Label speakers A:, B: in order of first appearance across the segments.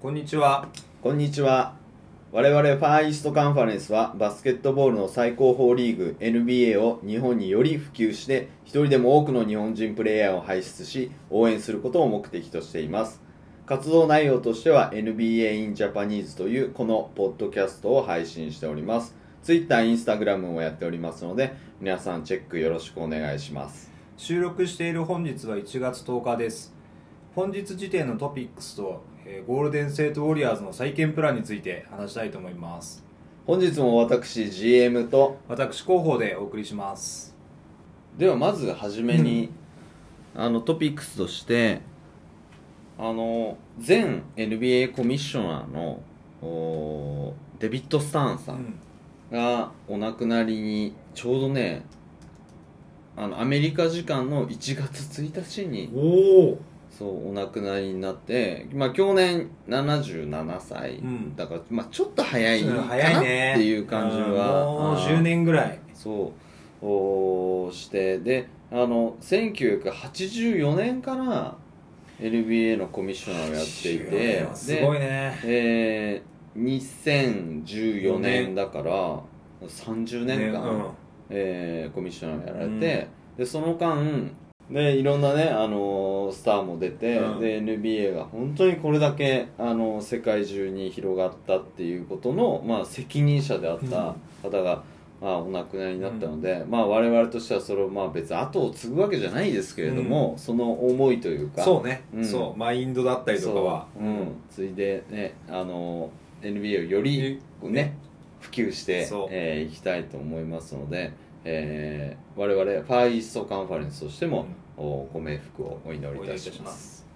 A: こんにちは。
B: こんにちは。我々ファーイーストカンファレンスはバスケットボールの最高峰リーグ NBA を日本により普及して一人でも多くの日本人プレイヤーを輩出し応援することを目的としています。活動内容としては NBA in Japanese というこのポッドキャストを配信しております。Twitter、Instagram もやっておりますので皆さんチェックよろしくお願いします。
A: 収録している本日は1月10日です。本日時点のトピックスと、えーゴールデン・ステート・ウォリアーズの再建プランについて話したいと思います。
B: 本日も私 GM と
A: 私、広報でお送りします。
B: ではまず初めに、あのトピックスとしてあの前 NBA コミッショナーのおーデビッド・スターン
A: う
B: さん
A: ん。
B: がお亡くなりにちょうどねあのアメリカ時間の1月1日に
A: おお。
B: そうお亡くなりになって、まあ、去年77歳、
A: うん
B: だから、まあ、ちょっと早いかなっ
A: 早いね。
B: ていう感じは、
A: うんもう
B: あー
A: 10年ぐらい。
B: そうおーしてであの1984年から NBA のコミッショナーをやってい
A: 10
B: て
A: 年はすごい
B: で、
A: ね。
B: えー2014年だから30年間、
A: ね
B: えーコミッショナーをやられて、でその間でいろんなね、あのースターも出て、
A: うん
B: で NBA が本当にこれだけ、あのー世界中に広がったっていうことの、まあ、責任者であった方が、まあ、お亡くなりになったので、まあ、我々としてはそれをまあ別に後を継ぐわけじゃないですけれども、その思いという
A: うん
B: か
A: そうね、
B: うん
A: そう、マインドだったりとかは。
B: そううん、ついで、ねあの NBA をよりこうね普及して
A: そう
B: えーいきたいと思いますので、えー我々ファーイーストカンファレンスとしても、おご冥福をお祈りいたします
A: す。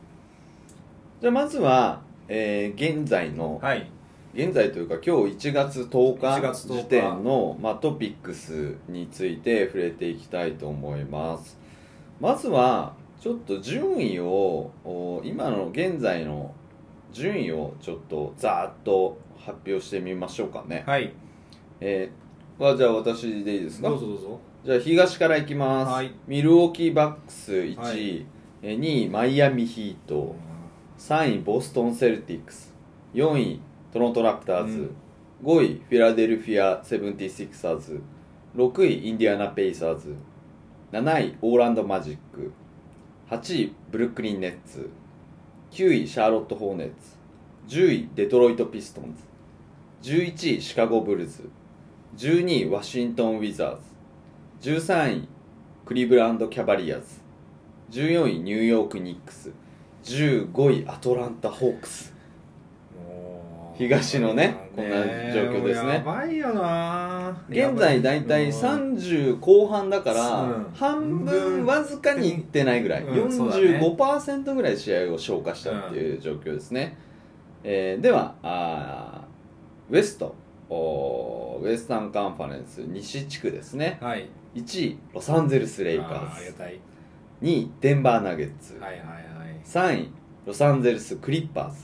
B: じゃあまずは、えー現在の、
A: はい。
B: 現在というか今日1月10
A: 1
B: 日
A: 月10日
B: 時点の、まあ、トピックスについて触れていきたいと思いますまずはちょっと順位をお今の現在の順位をちょっとざーっと発表してみましょうかね、
A: はい。
B: えーはじゃあ私でいいですか
A: どうぞどうぞ。
B: じゃあ東からいきます、
A: はい
B: ミルウォーキーバックス1位、
A: はい
B: えー2位マイアミヒート、3位ボストン・セルティックス4位トロント・ラプターズ、5位フィラデルフィア・セブンティシクサーズ6位インディアナ・ペイサーズ7位オーランド・マジック8位ブルックリン・ネッツ9位シャーロット・ホーネッツ10位デトロイト・ピストンズ11位シカゴ・ブルズ12位ワシントン・ウィザーズ13位クリーブランド・キャバリアーズ14位ニューヨーク・ニックス15位アトランタ・ホークス
A: もう
B: 東のねこんな状況ですね
A: やばいよな
B: 現在だいたい30後半だから
A: うん
B: 半分わずかにいってないぐらい
A: うんうんそうだね
B: 45%ぐらい試合を消化したっていう状況ですね、えーではあーウエストおーウエスタンカンファレンス西地区ですね
A: はい
B: 1位ロサンゼルス・レイカ
A: ああり
B: ー
A: が
B: ズ
A: たい
B: 2位デンバー・ナゲッツ、
A: はいはいはい
B: 3位ロサンゼルス・クリッパーズ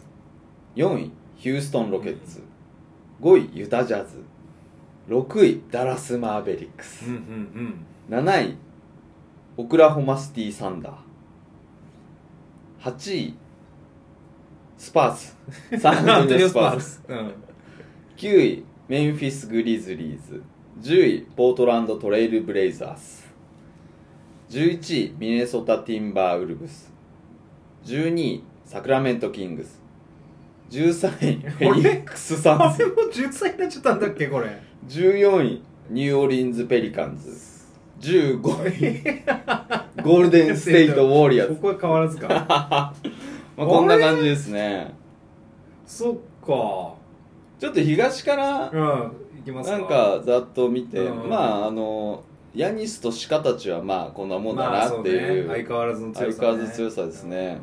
B: 4位ヒューストン・ロケッツ5位ユタ・ジャズ6位ダラス・マーベリックス
A: うんうん
B: 7位オクラホマシティ・サンダー8位スパー ズサ
A: う
B: ン
A: ん
B: フ
A: アントニ
B: レッド
A: オ
B: ス
A: ス
B: パ
A: パ
B: ー
A: ー
B: ズ
A: ズうん
B: 9位メンフィス・グリズリーズ10位ポートランド・トレイル・ブレイザース11位ミネソタ・ティンバー・ウルブス12位サクラメント・キングス13位フェニックス・サン
A: あ
B: ズ
A: れも10歳になっちゃったんだっけこれ
B: 14位ニューオリンズ・ペリカンズ15位ゴールデン・ステイト・ウォリアー
A: こ
B: ズ、
A: こは変わらずか
B: まあ、こんな感じですね
A: そっか
B: ちょっと東から
A: うんいきますか
B: なんかざっと見て、
A: うん
B: まああのヤニスとシカたちはまあこんなもんだ
A: まあ
B: な
A: そ
B: っ
A: う
B: て
A: ね
B: いう,、
A: 相変わらずの強さ
B: 相
A: ね
B: 変わらず強さですね、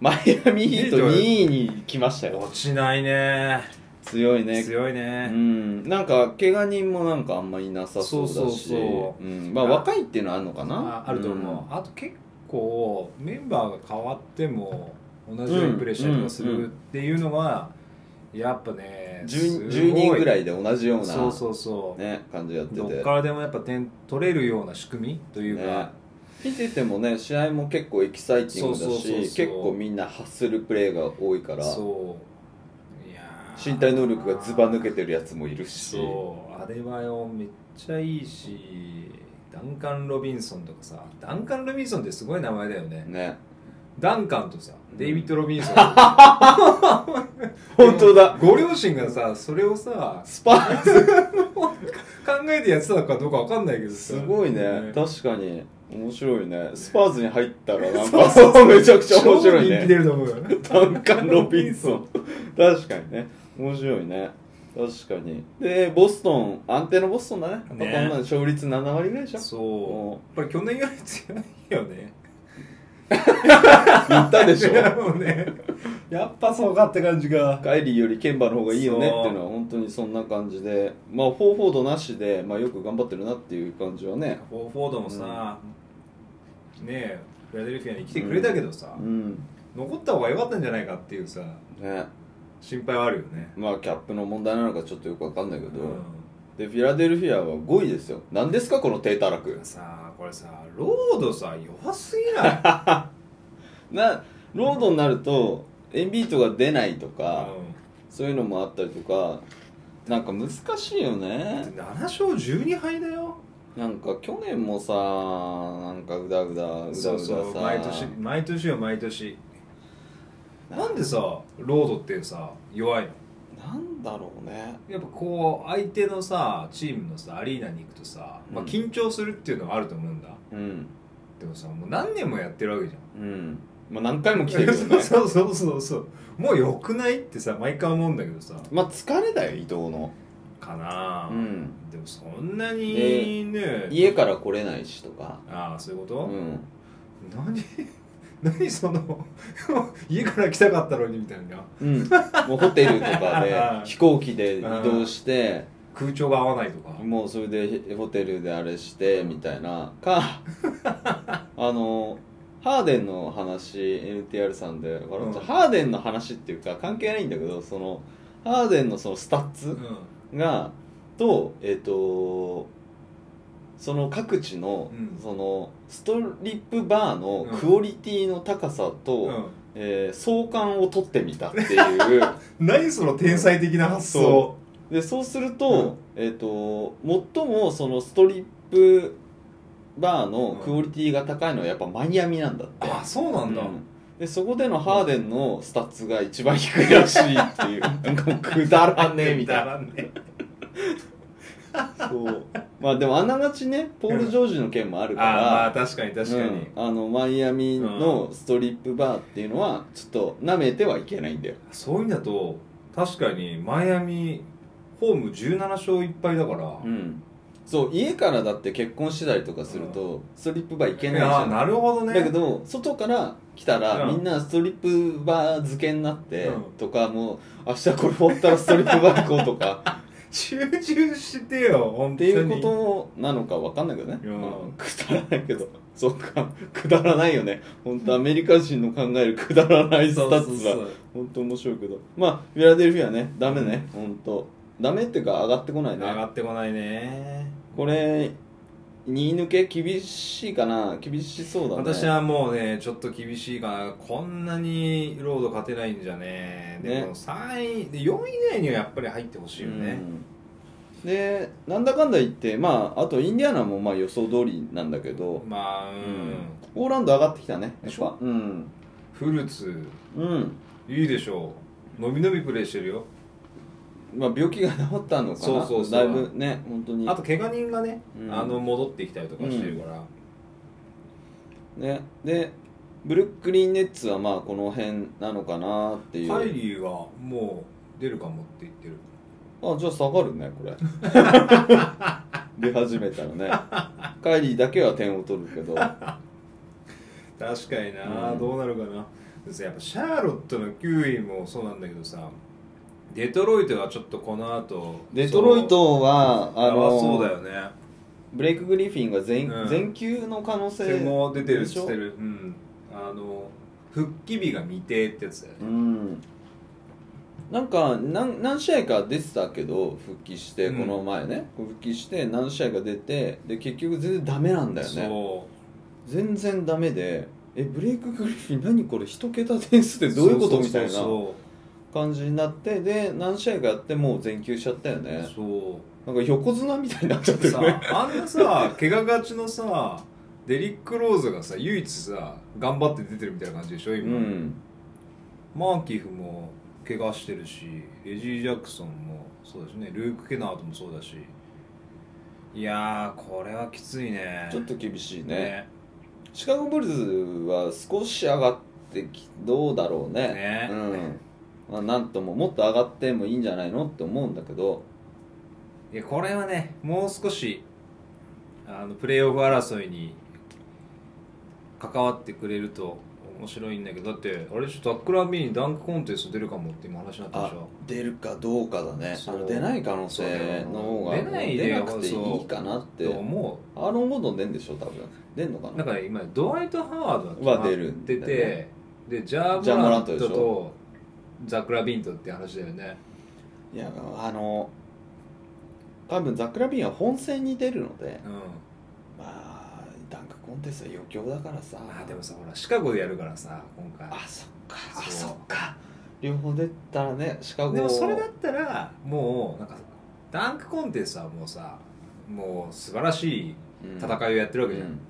B: マイアミヒート
A: ヒート
B: 2位に来ましたよ
A: 落ちないね
B: 強いね
A: 強いうね
B: んなんか怪我人もなんかあんまりいなさそうだし
A: そうそうそ
B: んまあ、若いっていうのはあるのかな
A: ああると思うあと結構メンバーが変わっても同じようにプレーしたりとかす
B: うんうん
A: るっていうのはやっぱね
B: 10, 10人ぐら
A: い
B: いで同じような
A: そうそうそう
B: ね、感じやって
A: どってからでもやっぱ点取れるような仕組みという
B: ね
A: か
B: 見ててもね試合も結構エキサイティングだし
A: そうそうそうそう
B: 結構みんなハッスルプレーが多いから
A: そういやー
B: 身体能力がずば抜けてるやつもいるし
A: そうあれはよめっちゃいいしダンカン・ロビンソンとかさダンカン・ロビンソンってすごい名前だよね
B: ね
A: ダンカンとさデイビッド・ロビン ソン
B: 本当だ
A: ご両親がさそれをさ
B: スパ ーズ
A: 考えてやってたのかどうかわかんないけどさ
B: すごい ね確かに面白いねスパーズに入ったらなん
A: そう
B: か
A: そうそう
B: めちゃくちゃ面白い
A: 超人気
B: ね
A: 出ると思うよ
B: ダンカン・ロビンソン 確かにね面白いね確かにでボストン安定のボストンだね
A: ね
B: やっぱこんなの勝率7割ぐらいじゃん
A: そうやっぱり去年より強いよね
B: 言ったでしょ
A: もうねやっぱそうかって感じが
B: カイリーよりケンバの方がいいよねっていうのは本当にそんな感じでまあフォーフォードなしで、まあ、よく頑張ってるなっていう感じはね
A: フォーフォードもさ、ねえフィラデルフィアに来てくれたけどさ、
B: うん
A: 残った方が良かったんじゃないかっていうさ
B: ね
A: 心配はあるよね、
B: まあキャップの問題なのかちょっとよくわかんないけど、
A: う
B: でフィラデルフィアは5位ですよ何ですかこの低たらく
A: ん、さあこれさロードさ弱すぎ ない
B: なロードになるとエンビートが出ないとか、
A: う
B: そういうのもあったりとかなんか難しいよ
A: ん
B: ね
A: 7勝12敗だよ
B: なんか去年もさなんかうだうだうだうださ
A: そうそう毎年毎年よ毎年なんでさロードってさ弱いの
B: なんだろうね
A: やっぱこう相手のさチームのさアリーナに行くとさ、まあ、
B: うん
A: 緊張するっていうのはあると思うんだ、
B: うん
A: でもさもう何年もやってるわけじゃん
B: うんまあ何回も来てるよね
A: そうそうそうそうもう良くないってさ毎回思うんだけどさ
B: まあ疲れだよ伊藤の
A: かなあ、
B: うん
A: でもそんなにね
B: 家から来れないしとか
A: ああそういうこ
B: う
A: と、
B: ん
A: 何 何その 家から来たかったのにみたいな
B: うん、もうホテルと
A: あ
B: か
A: あ
B: で飛行機で移動して
A: 空調が合わないとか
B: もうそれでホテルであれしてみたいな かあのハーデンの話 NTR さんで笑っちゃう
A: うん
B: ハーデンの話っていうか関係ないんだけどそのハーデンのそのスタッ
A: う
B: ツ
A: ん
B: がとえっ、とその各地の、
A: うん
B: そのストリップバーの
A: うん
B: クオリティの高さと、
A: うん
B: えー相関を取ってみたっていう
A: 何その天才的な発想
B: そでそうすると,、えっと最もそのストリップバーのクオリティが高いのはやっぱマイアミなんだって、
A: ああそうなんだ、
B: うんでそこでのハーデンのスタッツが一番低いらしいって いうなんかもうくだらねえみたいな
A: なね
B: そうまあでもあながちねポール・ジョージの件もある
A: ああ
B: か
A: まあ
B: ら
A: 確かに確かに、
B: うんあのマイアミのストリップバーっていうのはちょっとなめてはいけないんだよ
A: そういう意味だと確かにマイアミホーム17勝1敗だから、
B: うんそう家からだって結婚してたりとかするとストリップバー行けないじ
A: あ
B: ゃ
A: あ
B: ん
A: なるほどね
B: だけど外から来たら
A: うん
B: みんなストリップバー漬けになって
A: うん
B: とかもう明日これ終わったらストリップバー行こうと か
A: 集中してよ本
B: っ
A: 当
B: て
A: に
B: いうことなのか分かんないけどね、
A: うん
B: うんくだらないけどそうかくだらないよね本当アメリカ人の考えるくだらないス
A: そう
B: タ
A: そう
B: ッツ
A: そ
B: が
A: う
B: 本当面白いけどまあフィラデルフィアねダメね本当ダメっていうか上がってこない
A: 上
B: ね
A: がってこないね
B: これ2抜け厳しいかな厳しそうだね
A: 私はもうねちょっと厳しいかなこんなにロード勝てないんじゃねで
B: ね
A: も3位で4位以内にはやっぱり入ってほしいよね、
B: うんでなんだかんだ言ってまああとインディアナもまあ予想通りなんだけど、
A: まあうん、
B: オーランド上がってきたね
A: で
B: やっ
A: しょ
B: ぱうん
A: フルーツ
B: うん
A: いいでしょうのびのびプレーしてるよ
B: まあ病気が治ったのかな
A: そうそうそう
B: だいぶね本当に
A: あと怪我人がね、
B: うん
A: あの戻ってきたりとかしてるから、
B: ねでブルックリン・ネッツはまあこの辺なのかなっていう
A: カイリーはもう出るかもって言ってる
B: あじゃあ下がるね これ出始めたらねカイリーだけは点を取る けど
A: 確かに
B: うん
A: うなるかなでさやっぱシャーロットの9位もそうなんだけどさデトロイトはちょっとこの後
B: デトロイ
A: そう
B: トはあの
A: そうだよね
B: ブレイク・グリフィンが全,、
A: うん
B: 全休の可能性
A: 戦後出てるっ
B: でし
A: つ
B: ょ
A: ってるうんあの復帰日が未定ってやつだよ
B: う
A: ね
B: んなんか何何試合か出てたけど復帰して
A: うん
B: この前ね、復帰して何試合か出てで結局全然ダメなんだよね
A: そ
B: 全然ダメでえブレイク・グリフィン何これ一桁点数ってどういうことみたいな
A: そそ
B: 感じになってで何試合かやってもう全休しちゃったよね
A: そう
B: なんか横綱みたいになっちゃってる
A: さ
B: ね
A: あんなさ怪我がちのさデリック・ローズがさ唯一さ頑張って出てるみたいな感じでしょ
B: う
A: 今、
B: ん
A: マーキフも怪我してるしレジー・ジャクソンもそうだしねルーク・ケナートもそうだしいやーこれはきついね
B: ちょっと厳しいねシカゴブルズは少し上がってきどうだろうね
A: ね
B: うんまあ、なんとももっと上がってもいいんじゃないのって思うんだけど
A: いやこれはねもう少しあのプレーオフ争いに関わってくれると面白いんだけどだってあれでしょダック・ラビーにダンクコンテスト出るかもって今話になったでしょ
B: 出るかどうかだねあ
A: そう
B: の出ない可能性の方が
A: 出ないで
B: 出なくていいかなって
A: と思う
B: アーロン・ゴードン出んでしょ多分出んのかな
A: なんかね今ドワイト・ハード
B: は出るんだ
A: 出
B: よ
A: て
B: ね
A: てでジャ
B: ジャ
A: ー・
B: ー
A: モ
B: モ
A: ラ
B: ラ
A: ン
B: ン
A: ト
B: トでしょ
A: とザクラ・ビントって話だよね
B: いやあの多分ザクラビンは本戦に出るので
A: うん
B: まあダンクコンテストは余興だからさ
A: まあでもさほらシカゴでやるからさ今回
B: あそっかあ
A: そう
B: そっか両方出たらねシカゴ
A: でもそれだったらもうなんかダンクコンテストはもうさもう素晴らしい戦いをやってるわけじゃん、
B: うん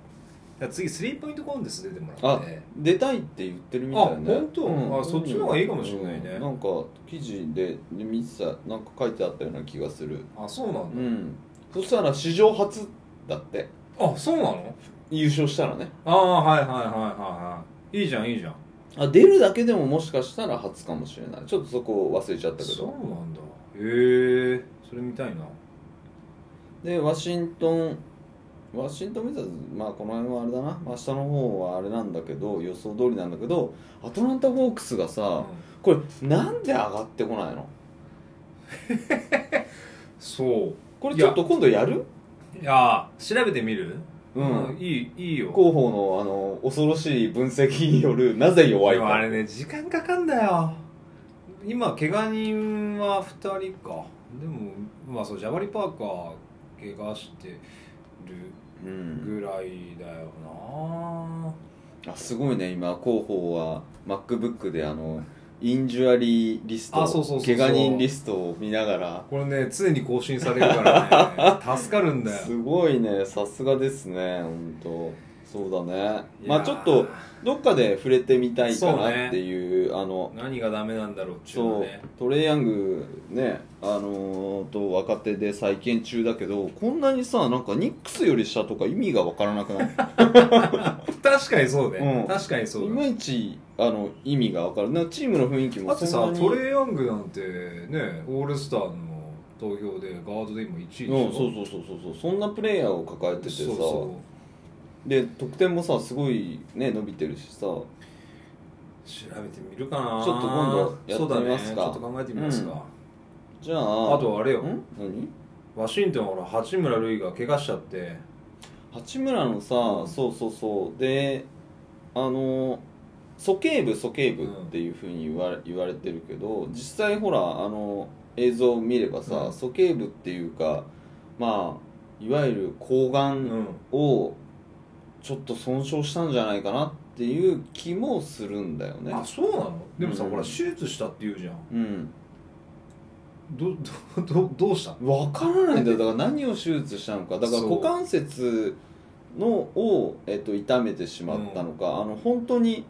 A: だから次スリーポイントコンテスト出てもらって
B: 出たいって言ってるみたいね
A: あ本当あそっちの方がいいかもしれないね
B: うんなんか記事で見てたなんか書いてあったような気がする
A: あそうなん
B: う
A: だ、
B: んそしたら史上初だって
A: あそうなの
B: 優勝したらね
A: ああはいはいはいはいはいいいじゃんいいじゃん
B: あ出るだけでももしかしたら初かもしれないちょっとそこ忘れちゃったけ
A: そう
B: ど
A: なんだへえそれ見たいな
B: でワシントンワシントン・ウィザーズまあこの辺はあれだなまあ下の方はあれなんだけど予想通りなんだけどアトランタ・ホークスがさ
A: うん
B: これなんで上がってこないの
A: そう
B: これちょっと今度やる
A: いやー調べてみる
B: うん
A: いいいいよ
B: 広報のあの恐ろしい分析によるなぜ弱い
A: でもあれ
B: か
A: ね時間かかんだよ今怪我人は2人かでもまあそうジャバリ・パーカー怪我してる
B: うん、
A: ぐらいだよな
B: あすごいね今広報は MacBook であのインジュアリーリスト
A: あそうそうそうそう
B: 怪我人リストを見ながら
A: これね常に更新されるから ね助かるんだよ
B: すごいねさすがですね本当そうだね
A: いやー
B: まあちょっとどっかで触れてみたいか
A: そうね
B: なっていうあの
A: 何がダメなんだろうっていうの
B: そう
A: ね
B: トレイヤングねあのーと若手で再建中だけどこんなにさなんかニックスより下とか意味がわからなくなる
A: 確かにそうね、
B: うん
A: 確かにそう
B: い
A: だ
B: まいちあの意味がわからないチームの雰囲気
A: だ
B: も
A: って
B: そ
A: さ
B: んなに
A: トレイ・ヤングなんてねオールスターの投票でガードで今1位でしょ
B: うんそうそうそうそうそうそんなプレイヤーを抱えててさ
A: そうそ
B: で得点もさすごいね伸びてるしさ
A: う調べてみるかな
B: ちょっと今度やってみますか
A: そうだねちょっと考えてみますか、
B: じゃあ
A: あとあれよ
B: ん何
A: ワシントンはほら八村塁が怪我しちゃって
B: 八村のさ、
A: うん
B: そうそうそうであの鼠径部鼠径部
A: うん
B: っていうふうに言われ言われてるけど実際ほらあの映像を見ればさ、
A: うん
B: 鼠径部っていうかまあいわゆる睾
A: う
B: 丸
A: ん
B: をちょっと損傷したんじゃないかなっていう気もするんだよね
A: あそうなのでもさ、
B: うん
A: ほら手術したって言うじゃん
B: うん
A: どど どどうしたの
B: わからないんだよだから何を手術したのかだから
A: そう
B: 股関節のを、えっと、痛めてしまったのか、あの本当に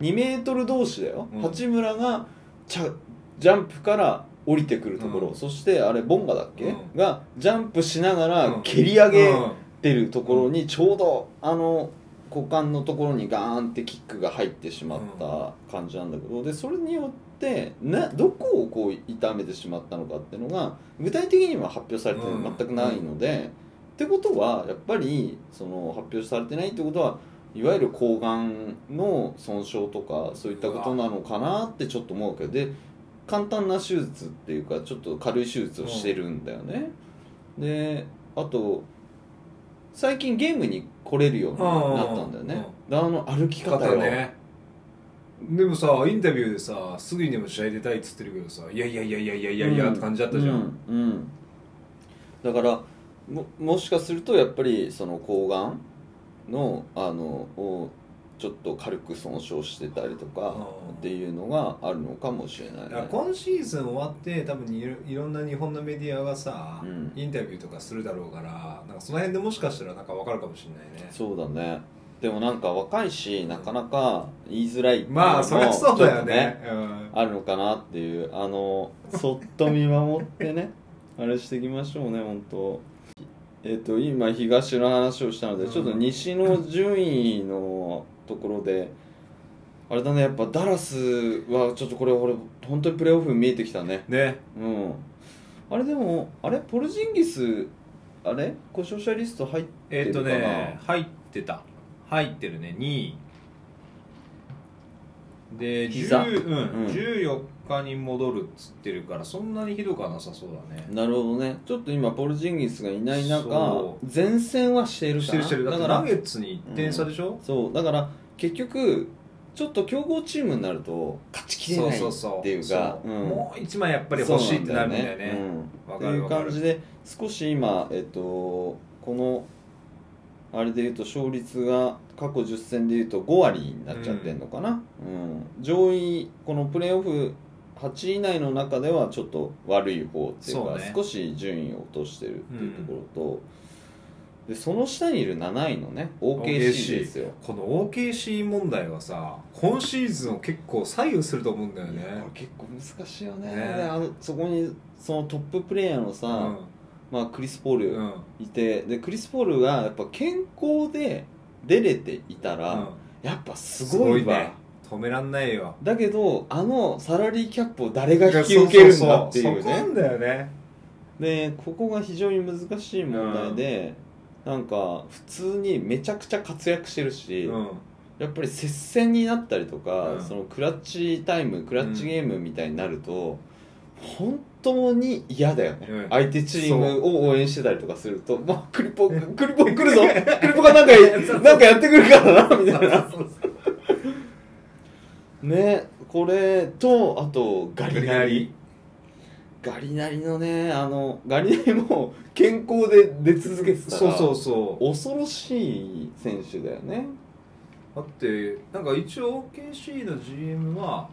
B: 2メートル同士だよ、
A: うん
B: 八村がちゃジャンプから降りてくるところ、
A: うん
B: そしてあれボンガだっけ、
A: うん
B: がジャンプしなが
A: うん
B: ら蹴り上げ、
A: うん
B: ってるところにちょうどあの股間のところにガーンってキックが入ってしまった感じなんだけどでそれによってなどこをこう痛めてしまったのかっていうのが具体的には発表されて
A: うん
B: 全くないので、ってことはやっぱりその発表されてないってことはいわゆる睾丸の損傷とかそういったことなのかなってちょっと思うけどで簡単な手術っていうかちょっと軽い手術をしてるんだよね、であと最近ゲームに来れるようになったんだよね、であの歩き方
A: 方
B: よ、
A: ねでもさインタビューでさすぐにでも試合出たいっつってるけどさいやいやいやいやいやいやいやって感じだったじゃん、
B: うん、うんだからももしかするとやっぱりその睾丸のあのをちょっと軽く損傷してたりとか
A: うん
B: っていうのがあるのかもしれない、
A: だ
B: ね
A: から今シーズン終わって多分にいろいろんな日本のメディアがさ、
B: うん
A: インタビューとかするだろうからなんかその辺でもしかしたらなんかわかるかもしれないね
B: そうだねでもなんか若いしなかなか言いづらいっていうのも
A: まあそりゃそうだよね
B: ちょっとあるのかなっていうあのそっと見守っ てねあれしていきましょうね本当えっ、と今東の話をしたので、
A: うん
B: ちょっと西の順位のところであれだねやっぱダラスはちょっとこれ俺本当にプレーオフ見えてきたね
A: うんね
B: うんあれでもあれポルジンギスあれ故障者リスト入って
A: えっ、
B: るか
A: と
B: な、
A: ね入ってた入ってるね2位で
B: 膝
A: 10うん
B: うん
A: 14日に戻るっつってるからそんなにひどくはなさそうだね
B: なるほどねちょっと今ポルジンギスがいない中
A: そ
B: 前線はしてる
A: し
B: か
A: て
B: な
A: るしてるだって
B: か
A: ナ
B: ら
A: ゲッツに1点差でしょ、
B: そうだから結局ちょっと強豪チームになると勝ちきれ
A: そう
B: ない
A: そうそう
B: っていうか
A: そうんもう一枚やっぱり欲しいってなるんだよね
B: うん
A: わ
B: って
A: か
B: い
A: る
B: う
A: わかる
B: 感じで少し今えっとこのあれでいうと勝率が過去10戦でいうと5割になっちゃってんのかな、うん上位このプレーオフ8位以内の中ではちょっと悪い方っていう
A: そ
B: か
A: うね
B: 少し順位を落としてるっていうところと、でその下にいる7位のね OKC ですよ
A: この OKC 問題はさ今シーズンを結構左右すると思うんだよ
B: いや
A: ね
B: これ結構難しいよね
A: ね
B: であのそこにそのトッププレーヤーのさ、
A: う
B: まあ、クリス・ポー
A: んう
B: ル
A: ん
B: いて、でクリス・ポールがやっぱ健康で出れていたら、
A: うん
B: やっぱすごいわ
A: ね止めらんないよ
B: だけどあのサラリーキャップを誰が引き受けるんだってい
A: そうそそこな
B: ね
A: んだよね
B: でここが非常に難しい問題で、なんか普通にめちゃくちゃ活躍してるし、
A: うん
B: やっぱり接戦になったりとか、
A: うん
B: そのクラッチタイムクラッチゲームみたいになると、本当に嫌だよね、
A: うん
B: 相手チームを応援してたりとかすると「まあ、クリポクリポ 来るぞクリポがなんかなんかやってくるからな」みたいなねこれとあとガリナリガリナリのねあのガリナリも健康で出続けてたら
A: そうそうそう
B: 恐ろしい選手だよね
A: だってなんか一応 OKC の GM は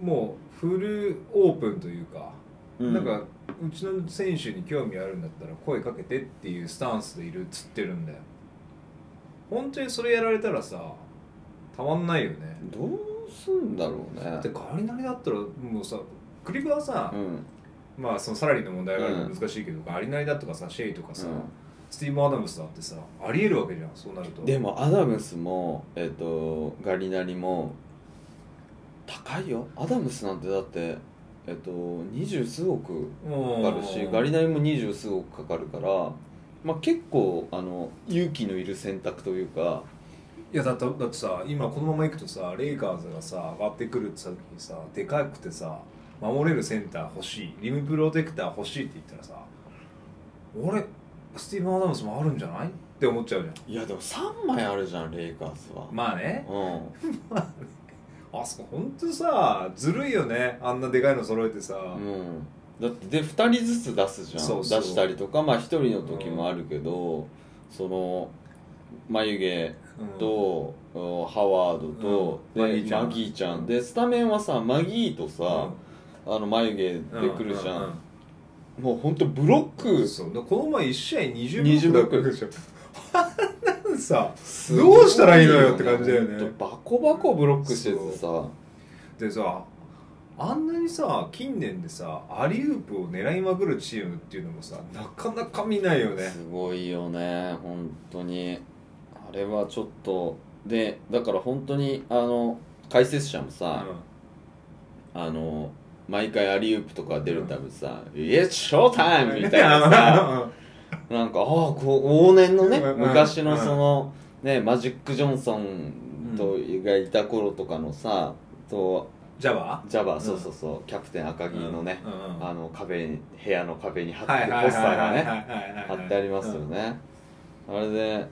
A: もうフルオープンというか、
B: う
A: なんかうちの選手に興味あるんだったら声かけてっていうスタンスでいるっつってるんだよ本当にそれやられたらさたまんないよね
B: どうすんだろうね
A: だって代わりなりだったらもうさクリブはさ
B: う、ん
A: まあそのサラリーの問題があるから難しいけど、ありなりだとかさシェイとかさ、スティーブン・アダムスだってさありえるわけじゃんそうなる
B: う
A: と
B: んでもアダムスも、えっとガリナリも高いよアダムスなんてだってえっと二十数億
A: も
B: かかるしガリナリも二十数億かかるから、まあ、結構あの勇気のいる選択というか
A: いやだってだってさ今このままいくとさレイカーズがさ上がってくるってさ時にさでかくてさ守れるセンター欲しいリムプロテクター欲しいって言ったらさ俺スティーブン・アダムスもあるんじゃないって思っちゃうじゃ
B: いやでも3枚あるじゃんレイカーズ
A: ん、
B: は
A: まあね
B: うん
A: あそこ本当にさずるいよねあんなでかいの揃えてさ、
B: うん、だってで2人ずつ出すじゃん
A: そうそう
B: 出したりとかまあ1人の時もあるけど、その眉毛
A: うん
B: と、おハワードと、
A: うん
B: で
A: マギーちゃん
B: マギーちゃんでスタメンはさマギーとさ、あの眉毛で
A: うん
B: くるじゃん、
A: うう
B: もうほんとブロッ
A: う
B: ク
A: んそうだからこの前1試合
B: 20
A: 20
B: ブ
A: ブロ
B: ロッ
A: ッ
B: ク
A: クでしょあんなんさ
B: すご
A: どうしたらいいのよって感じだよね
B: ほんとバコバコブロックしててさ
A: でさあんなにさ近年でさアリウープを狙いまくるチームっていうのもさなかなか見ないよね
B: すごいよね本当にあれはちょっとでだから本当にあの解説者もさ、あの毎回アリウープとか出るたびさ「It's showtime!」みたい なさなんかああこう往年のね
A: うん
B: 昔の
A: うん
B: そのねマジック・ジョンソンとがいた頃とかのさと
A: ジャバ
B: ジャバー
A: ん
B: そうそうそうキャプテン赤
A: ー
B: 城のね
A: うんうん
B: あの壁に部屋の壁に貼って
A: はい
B: る
A: はい
B: ポスターが
A: はいはい
B: ね
A: はいはい
B: 貼ってありますよねあれで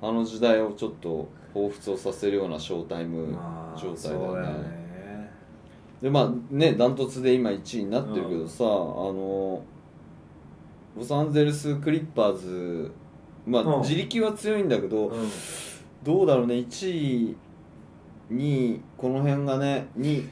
B: あの時代をちょっと彷彿をさせるようなショータイ
A: うん
B: ム
A: まあ
B: 状態だ
A: そうだ
B: よ
A: よ
B: ね
A: ね
B: でまあねダントツで今1位になってるけどさ、あのロサンゼルス・クリッパーズまあ、
A: うん
B: 自力は強いんだけど、
A: うん
B: どうだろうね1位2位この辺がね2位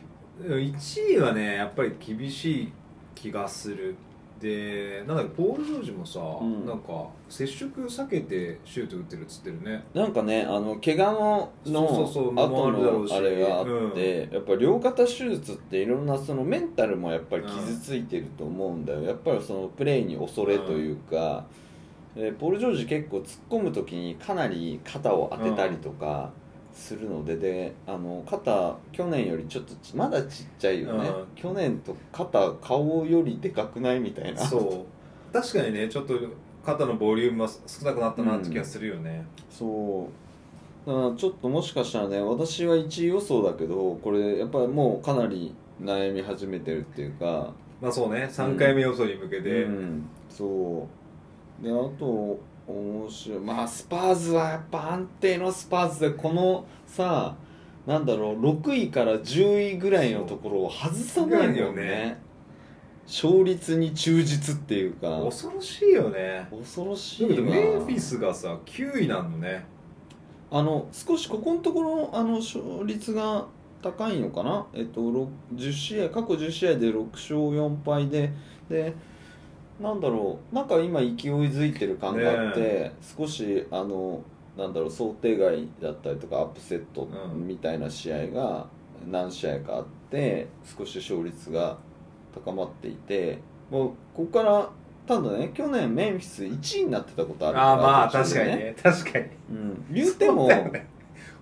A: 1位はねやっぱり厳しい気がするでなんだっけポール・ジョージもさ、
B: ん
A: なんか接触避けてシュート打ってるっつってるね
B: なんかねあの怪我のの
A: そうそうそうも
B: 後
A: あるだろうし
B: のあれがあって、やっぱ両肩手術っていろんなそのメンタルもやっぱり傷ついてると思うんだよ、やっぱりそのプレーに恐れというか、えーポール・ジョージ結構突っ込む時にかなり肩を当てたりとかするので、であの肩去年よりちょっとちまだちっちゃいよね、
A: うん
B: 去年と肩顔よりでかくないみたいな
A: そう確かにねちょっと肩のボリュームは少なくなったなって気がするよね、
B: そうだからちょっともしかしたらね私は1位予想だけどこれやっぱりもうかなり悩み始めてるっていうか
A: まあそうね3回目予想に向けて、
B: うん、そうであと面白いまあスパーズはやっぱ安定のスパーズでこのさなんだろう6位から10位ぐらいのところを外さない
A: そう
B: もんね
A: よね
B: 勝率に忠実っていうか
A: 恐ろしいよね
B: 恐ろし
A: だ
B: いわ
A: けどメンフィスがさ9位なのね
B: あの少しここのところあの勝率が高いのかな、えっと、ろ10試合過去10試合で6勝4敗ででなんだろうなんか今勢いづいてる感があって、
A: ね
B: 少しあのなんだろう想定外だったりとかアップセット
A: うん
B: みたいな試合が何試合かあって少し勝率が高まっていてもうここからただね去年メンフィス1位になってたことあるから
A: ああまあ
B: 途中
A: 確か
B: で
A: にね確かに
B: うん、言うても
A: そうだよね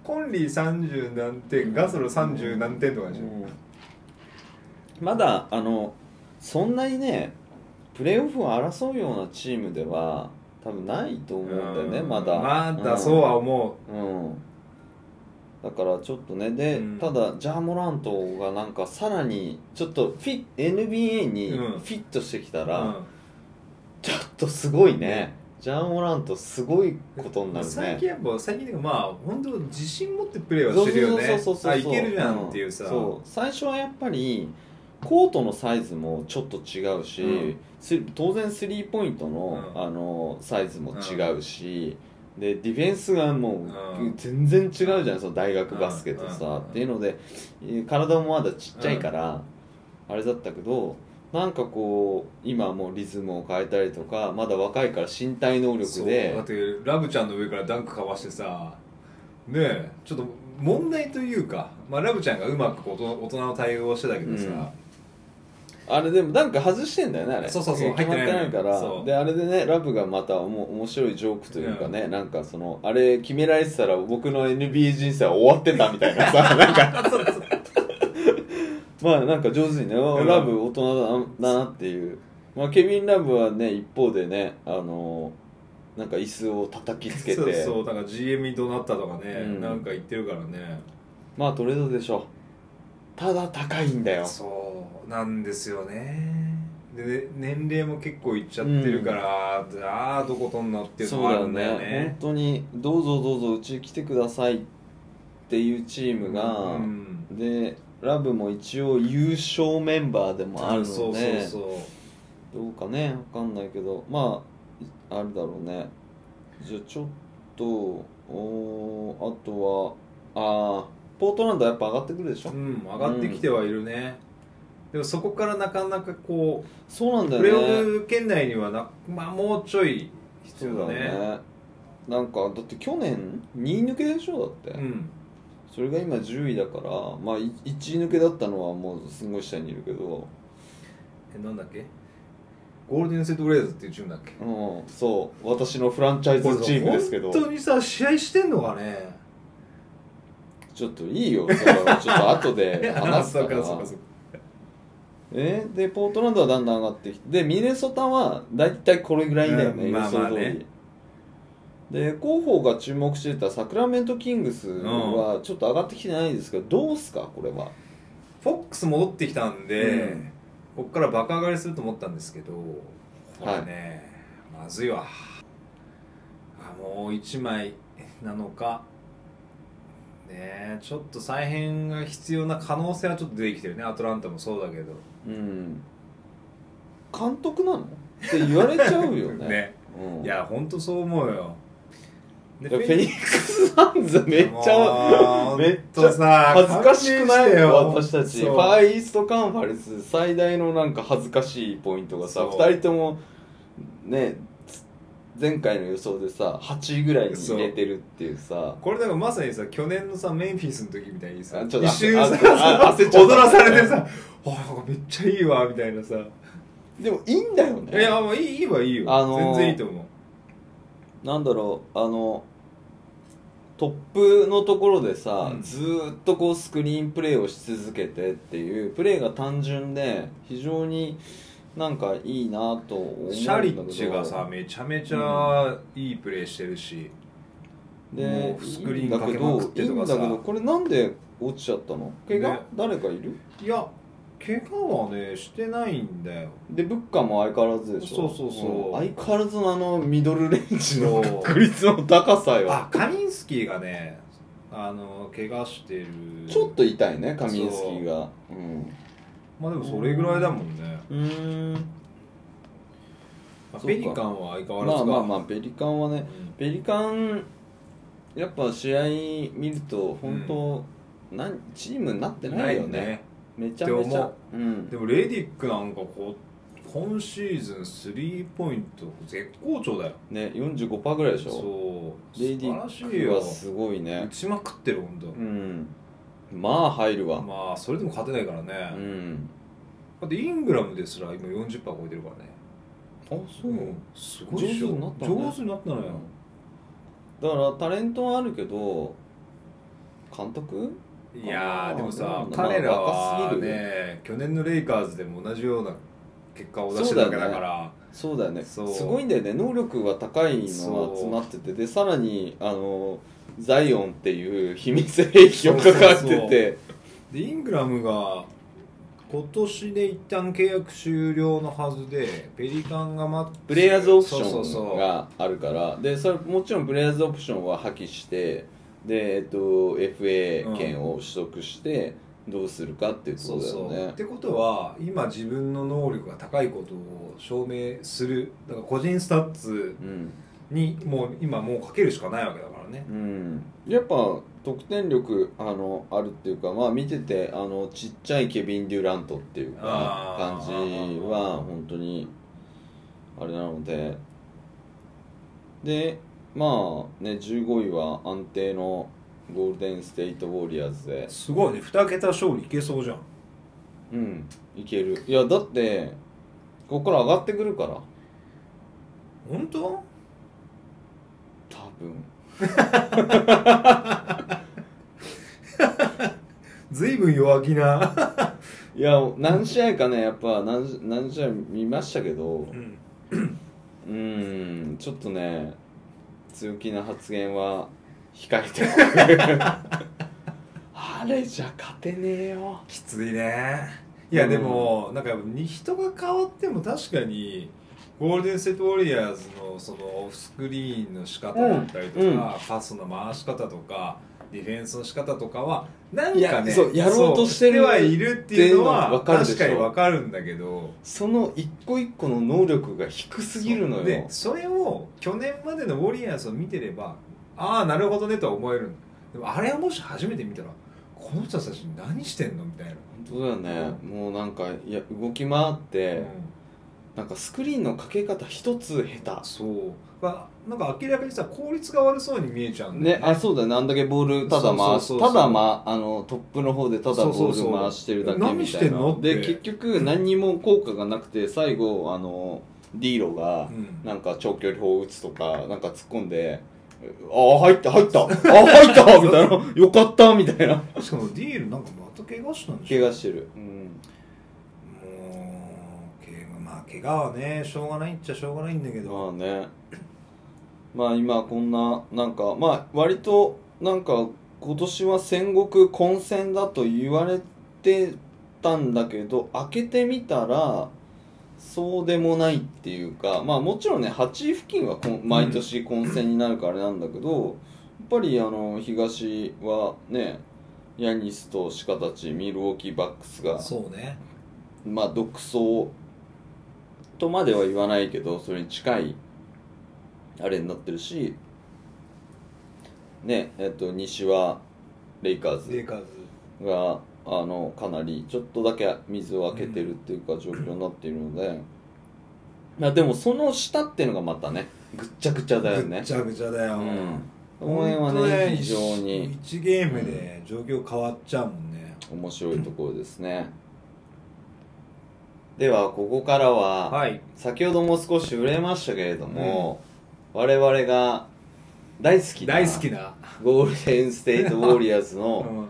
A: コンリー30何点ガスロ30何点とかでしょ、
B: まだあのそんなにねプレーオフを争うようなチームでは多分ないと思うんだよね、
A: うん
B: まだ
A: まだそうは思
B: うん、うんだからちょっとねで、
A: うん
B: ただジャーモラントがなんかさらにちょっとフィ NBA にフ
A: うん
B: ィットしてきた
A: う、
B: ら、
A: うん
B: ちょっとすごいねジャーモラントすごいことになるね
A: 最近やっぱ最近でまあ本当自信持ってプレーはしてるよね
B: そうそうそうそうそう
A: あいけるじゃんっていうさ、
B: んそう最初はやっぱりコートのサイズもちょっと違うし、
A: うん
B: ス当然スリーポイントの,、
A: うん
B: あのサイズも違うし、でディフェンスがもう、
A: うん
B: 全然違うじゃないその大学バスケとさ、
A: うん
B: っていうのでえー体もまだちっちゃいから、あれだったけどなんかこう今はもうリズムを変えたりとかまだ若いから身体能力で
A: そうだってラブちゃんの上からダンクかわしてさねえちょっと問題というか、まあ、ラブちゃんがうまくこう大人大人の対応をしてたけどさ、
B: うんあれでもなんか外してんだよねあれ
A: そうそうそう
B: 決まってない
A: 入ってな
B: か
A: い
B: ら
A: そう
B: であれでねラブがまたおも面白いジョークというかね、なんかそのあれ決められてたら僕の NBA 人生は終わってたみたい なさなんかまあなんか上手にね、あ
A: うん
B: ラブ大人だなっていう、まあ、ケビン・ラブはね一方でねあのなんか椅子を叩きつけて
A: そうそうなんか GM に怒鳴ったとかね、
B: うん
A: なんか言ってるからね
B: まあトレードでしょただ高いんだよ
A: そうなんですよねでね年齢も結構いっちゃってるから、ああどことんなっていうの
B: そ
A: もあ
B: うだ
A: る
B: よ
A: んだよ
B: ね
A: ね
B: 本当にどうぞどうぞうち来てくださいっていうチームが、
A: うん
B: でラブも一応優勝メンバーでもあるので
A: そうそうそう
B: どうかねわかんないけどまああれだろうねじゃあちょっとおーあとはあーポートランドはやっぱ上がってくるでしょ、
A: うん、上がってきてはいるね、でもそこからなかなかこう
B: そうなんだ
A: プレーオ
B: よね
A: フ圏内にはな、まあ、もうちょい必
B: そう
A: 要
B: だよ
A: だね
B: ねなんかだって去年2位抜けでしょだって、
A: うん
B: それが今10位だからまあ1位抜けだったのはもうすごい下にいるけど
A: えなんだっけゴールデン・セット・ブレイザーズっていうチームだっけ
B: うんそう私のフランチャイズチームですけど
A: 本当にさ試合してんのかね
B: ちょっといいよ、それは ちょっと後
A: え
B: で
A: あ
B: 話す
A: そ
B: か
A: う
B: ら
A: か。そうかそうか
B: えで、ポートランドはだんだん上がってきて、で、ミネソタはだいたいこれぐらいだよね、
A: うんまあまあね
B: 予想通り。で、広報が注目してたサクラメントキングスはちょっと上がってきてないですけど、どうすか、これは。
A: フォックス戻ってきたんで、
B: うん
A: こっから爆上がりすると思ったんですけどこれね、まずいわあもう1枚なのかねえちょっと再編が必要な可能性はちょっと出てきてるねアトランタもそうだけど
B: うん。監督なのって言われちゃうよ ね。
A: ね
B: うん、
A: いやほんとそう思うよで
B: フェニックス・サンズめっち
A: も
B: ゃ
A: う
B: めっち
A: ほんと
B: ゃ
A: さ
B: 恥ずかしくな
A: 勘弁して
B: い
A: よ
B: 私たちフ
A: そう
B: ァーイーストカンファレンス最大のなんか恥ずかしいポイントがさ
A: そう
B: 2人ともね前回の予想でさ8位ぐらいに入れてるっていうさ
A: これだからまさにさ去年のさメンフィスの時みたいにさ
B: あちょっと
A: 一瞬さ
B: ああ焦っちゃ
A: 踊
B: った
A: らされてさ「あなんかめっちゃいいわ」みたいなさ
B: でもいいんだよ
A: い
B: ね
A: やもういいいいはいいよ、
B: あのー
A: 全然いいと思う
B: なんだろうあのトップのところでさ、
A: うん
B: ずーっとこうスクリーンプレーをし続けてっていうプレーが単純で非常になんかいいなと思うんだけど
A: シャリッチがさめちゃめちゃいいプレーしてるし、も
B: で
A: うスクリーンかけまくって
B: いい
A: と
B: んだ
A: か
B: け
A: さ
B: どいいんだけどこれなんで落ちちゃったの怪我、
A: ね
B: 誰かいる
A: いや怪我はねしてないんだよ
B: でブッカーも相変わらずでしょ
A: そうそうそうん
B: 相変わらずのあのミドルレンジの
A: そう
B: 確率の高さよ
A: あカミンスキーがねあの怪我してる
B: ちょっと痛いねカミンスキーがうん
A: まあでもそれぐらいだもんね、
B: うーん
A: まあ
B: そうか
A: ペリカンは相変わら
B: ま
A: ず
B: あ
A: か
B: まあまあペリカンはね
A: うん
B: ペリカンやっぱ試合見ると本当、なんチームになってないよねめちゃめ
A: って
B: ちゃ
A: 思、
B: うん、
A: でもレディックなんかこう今シーズンスリーポイント絶好調だよ
B: ね45%ぐらいでしょ
A: そう
B: レディ
A: 素晴らしい
B: ック
A: よ
B: はすごい
A: 打
B: ね
A: ちまくってる本当、
B: うんまあ入るわ、
A: まあそれでも勝てないからね、
B: うん
A: だってイングラムですら今40%超えてるからね
B: あそう、
A: すごいでしょ
B: 上手になったね
A: 上手になったのよ、
B: だからタレントはあるけど監督
A: いや
B: あ
A: ー
B: ー
A: でもさ
B: まあ
A: 彼ら
B: 若
A: は
B: すぎる
A: ね去年のレイカーズでも同じような結果を出してるわけだから
B: そうだよねす
A: そう
B: ごいんだよね能力が高いのが集まっててでさらにあのザイオンっていう秘密兵器を抱えてて
A: そうそうそうでイングラムが今年で一旦契約終了のはずでペリカンが待って
B: プレイヤーズオプシ
A: そうそう
B: ョン
A: そう
B: があるからでそれもちろんプレイヤーズオプションは破棄してで、えっと、FA 権を取得してどうするかっていう
A: そ
B: こ
A: う
B: とだ
A: そ
B: よ
A: う
B: ね
A: っ。てことは今自分の能力が高いことを証明するだから個人スタッツ
B: うん
A: にもう今もうかけるしかないわけだからね
B: うん、やっぱ得点力あのあるっていうか、まあ、見ててあのちっちゃいケビン・デュラントっていうか感
A: あ
B: じ
A: ー
B: は本当にあれなのででまあね15位は安定のゴールデン・ステイト・ウォリアーズです
A: ごいね2桁勝利いけそうじゃん
B: うんいけるいやだってここから上がってくるから
A: 本当
B: 多分
A: ずいぶん弱気ない
B: や何試合かねやっぱ何何試合見ましたけど
A: うん
B: うんちょっとね強気な発言は控えてお くあれじゃ勝てねえよ
A: きついねいやでも、なんかやっぱに人が変わっても確かにゴールデン・セット・ウォリアーズのそのオフスクリーンの仕方だったりとか、
B: うんうん
A: パスの回し方とかディフェンスの仕方とかはなん
B: い
A: か
B: や
A: ね
B: そうやろうとしてる
A: そうはいるっていうの
B: っていうのは
A: は
B: わかるでしょ
A: 確かにわかるんだけど
B: その一個一個の能力が低すぎるの
A: で
B: よ
A: それを去年までのウォリアーズを見てればああなるほどねとは思えるんだでもあれをもし初めて見たらこの人たち何してんのみたいな、
B: 本当だよねもうなんかいや動き回って、
A: うん
B: なんかスクリーンのかけ方一つ下
A: そう、まあ、なんか明らかにさ効率が悪そうに見えちゃう
B: 手
A: んだよ
B: ね
A: ね
B: あそうだねあんだけボールただ回す
A: そうそうそうそう
B: ただ、ま、あのトップの方でただ
A: そうそ
B: ボ
A: うそう
B: ール回してるだけみたいな
A: 何してんのって
B: で結局何にも効果がなくて最後あのディーロが
A: うん
B: なんか長距離砲を打つとかなんか突っ込んで「ああ入った入ったあ入った」みたいな「よかった」みたいな
A: しかもディールなんかまた怪我したんでしょ
B: 怪我してる、うん、
A: もう怪我まあ怪我はねしょうがないっちゃしょうがないんだけど、
B: まあねまあ今こんななんかまあ割となんか今年は戦国混戦だと言われてたんだけど開けてみたらそうでもないっていうかまあもちろんね8位付近はこん毎年混戦になるからあれなんだけど、やっぱりあの東はねヤニスとシカたちミルウォーキーバックスが
A: そうね
B: まあ独走とまでは言わないけどそれに近いあれになってるしねえっと西はレイカー
A: レイ
B: ズ
A: カーズ
B: があのかなりちょっとだけ水を開けてるっていうか状況になっているので、まあでもその下っていうのがまたねぐっちゃぐちゃだよ
A: ぐ
B: ね
A: っちゃぐちゃだよ、
B: うん、応援は
A: 本当
B: ね非常に
A: 一一ゲームで状況変わっちゃうもんね、
B: 面白いところですねではここからは、
A: はい
B: 先ほども少し触れましたけれども、我々が大好きな
A: 大好きな、
B: ゴールデン・ステイト・ウォリアーズ
A: う
B: の
A: ん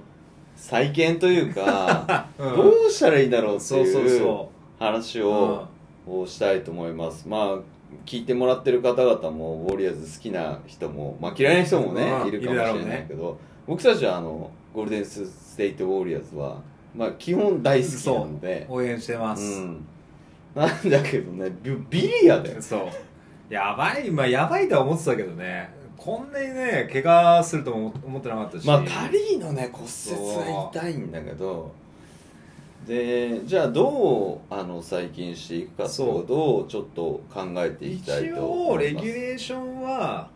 B: 再建というか、
A: うん
B: どうしたらいいんだろうって
A: そうそう
B: いう
A: そ
B: 話
A: う、
B: ををしたいと思いますまあ聞いてもらってる方々もウォリアーズ好きな人も、まあ、嫌いな人もね、
A: うん
B: いるかもしれないけど僕たちはあのゴールデン・ステイト・ウォリアーズは、まあ、基本大好きなので
A: 応援してます、
B: うん、なんだけどねビビリアだよ
A: そうやばいまあやばいとは思ってたけどねこんなにね怪我するとも思ってなかったし
B: まあパリーのね骨折は痛いんだけどでじゃあどうあの再建していくかってことをちょっと考えていきたい
A: 一
B: と
A: 応
B: 思
A: レ
B: い
A: ギ
B: ます
A: ュレーションは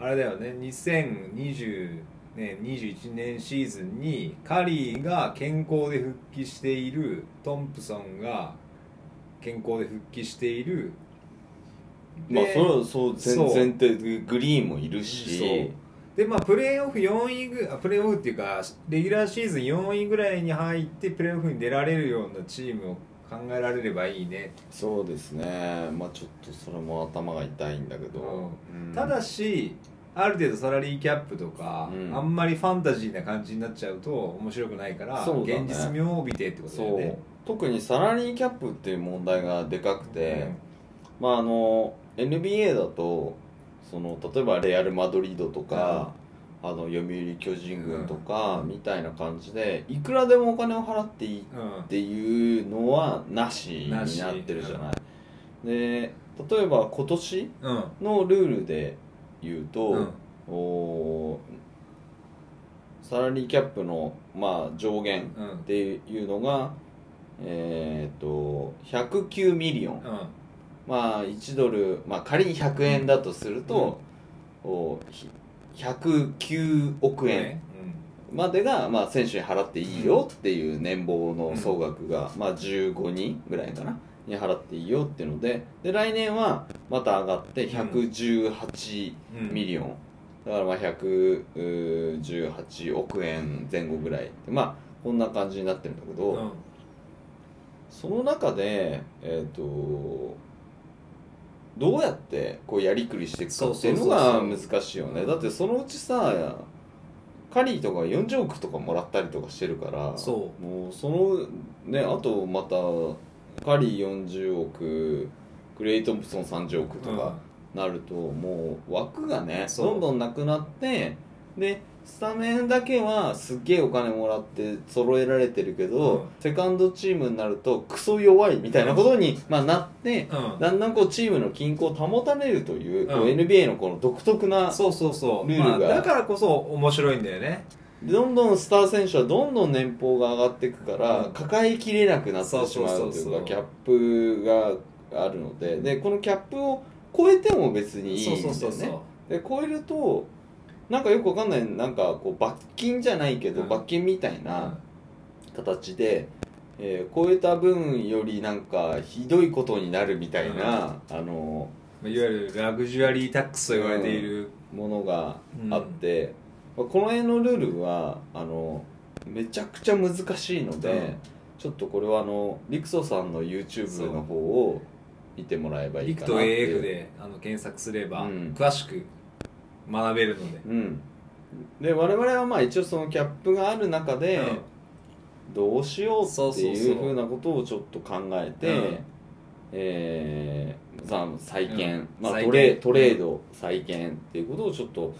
A: あれだよね2020年21年シーズンにカリーが健康で復帰しているトンプソンが健康で復帰している
B: まあ
A: で
B: それはそう全
A: そう
B: 然ってグリーンもいるし
A: でまあプレーオフ4位ぐあプレーオフっていうかレギュラーシーズン4位ぐらいに入ってプレーオフに出られるようなチームを考えられればいいね、
B: そうですねまあちょっとそれも頭が痛いんだけど、うん
A: ただしある程度サラリーキャップとか、
B: うん
A: あんまりファンタジーな感じになっちゃうと面白くないから、
B: そうだね
A: 現実味を帯びてってことだ
B: そ
A: よ
B: う
A: ね
B: 特にサラリーキャップっていう問題がでかくて、まああの NBA だとその例えばレアル・マドリードとか、あの読売巨人軍とか、みたいな感じでいくらでもお金を払っていい
A: うん、うん
B: っていうのはなしになってるじゃない。で例えば今年
A: うん
B: のルールで言うと、
A: うん
B: おサラリーキャップの、まあ、上限
A: う
B: っ
A: ん
B: ていうのが、えー、と109ミリオン、
A: うん
B: まあ1ドル、まあ、仮に100円だとすると、おひ109億円までが、まあ、選手に払っていいよっていう年俸の総額が、まあ、15人ぐらいかなに払っていいよっていうのでで来年はまた上がって118
A: うん
B: ミリオン、だからまあ118億円前後ぐらいでまあこんな感じになってるんだけど、
A: うん
B: その中で、えー、とどうやってこうやりくりしていくかっていうのが
A: そうそう
B: 難しいよね
A: うん
B: だってそのうちさカリーとか40億とかもらったりとかしてるから
A: そ
B: もうそのねあとまたカリー40億クレイ・トンプソン30億とかなると、もう枠がね
A: そう
B: どんどんなくなってでスタメンだけはすっげえお金もらって揃えられてるけど、
A: うん
B: セカンドチームになるとクソ弱いみたいなことに、まあ、なって
A: うんうん
B: だんだんこうチームの均衡を保たれるという,、こう
A: うん
B: NBA のこの独特な
A: そうそうそう
B: ルールが
A: まあ、だからこそ面白いんだよね
B: どんどんスター選手はどんどん年俸が上がっていくから、
A: うん
B: 抱えきれなくなってしまうというか
A: そうそうそうそう
B: キャップがあるのででこのキャップを超えても別にいいんだよね。
A: そうそうそうそう
B: で超えるとなんかよくわかんないなんかこう罰金じゃないけど、
A: うん
B: 罰金みたいな形で、えー超えた分よりなんかひどいことになるみたいな、あの
A: まあいわゆるラグジュアリータックスと言われている、
B: ものがあって、まあこの辺のルールはあのめちゃくちゃ難しいので、
A: うん
B: ちょっとこれはあのリクソさんの YouTube の方を見てもらえばい
A: リ
B: い
A: ク
B: か
A: と
B: なっていう
A: AF であの検索すれば、
B: うん
A: 詳しく学べるので、
B: うん、で我々はまあ一応そのキャップがある中で、
A: うん
B: どうしよう
A: そう
B: って
A: そう
B: い
A: そう
B: うふうなことをちょっと考えて、
A: うん
B: えーざ再建、
A: うん
B: まあ、
A: 再
B: ト
A: 建
B: レトレード再建っていうことをちょっと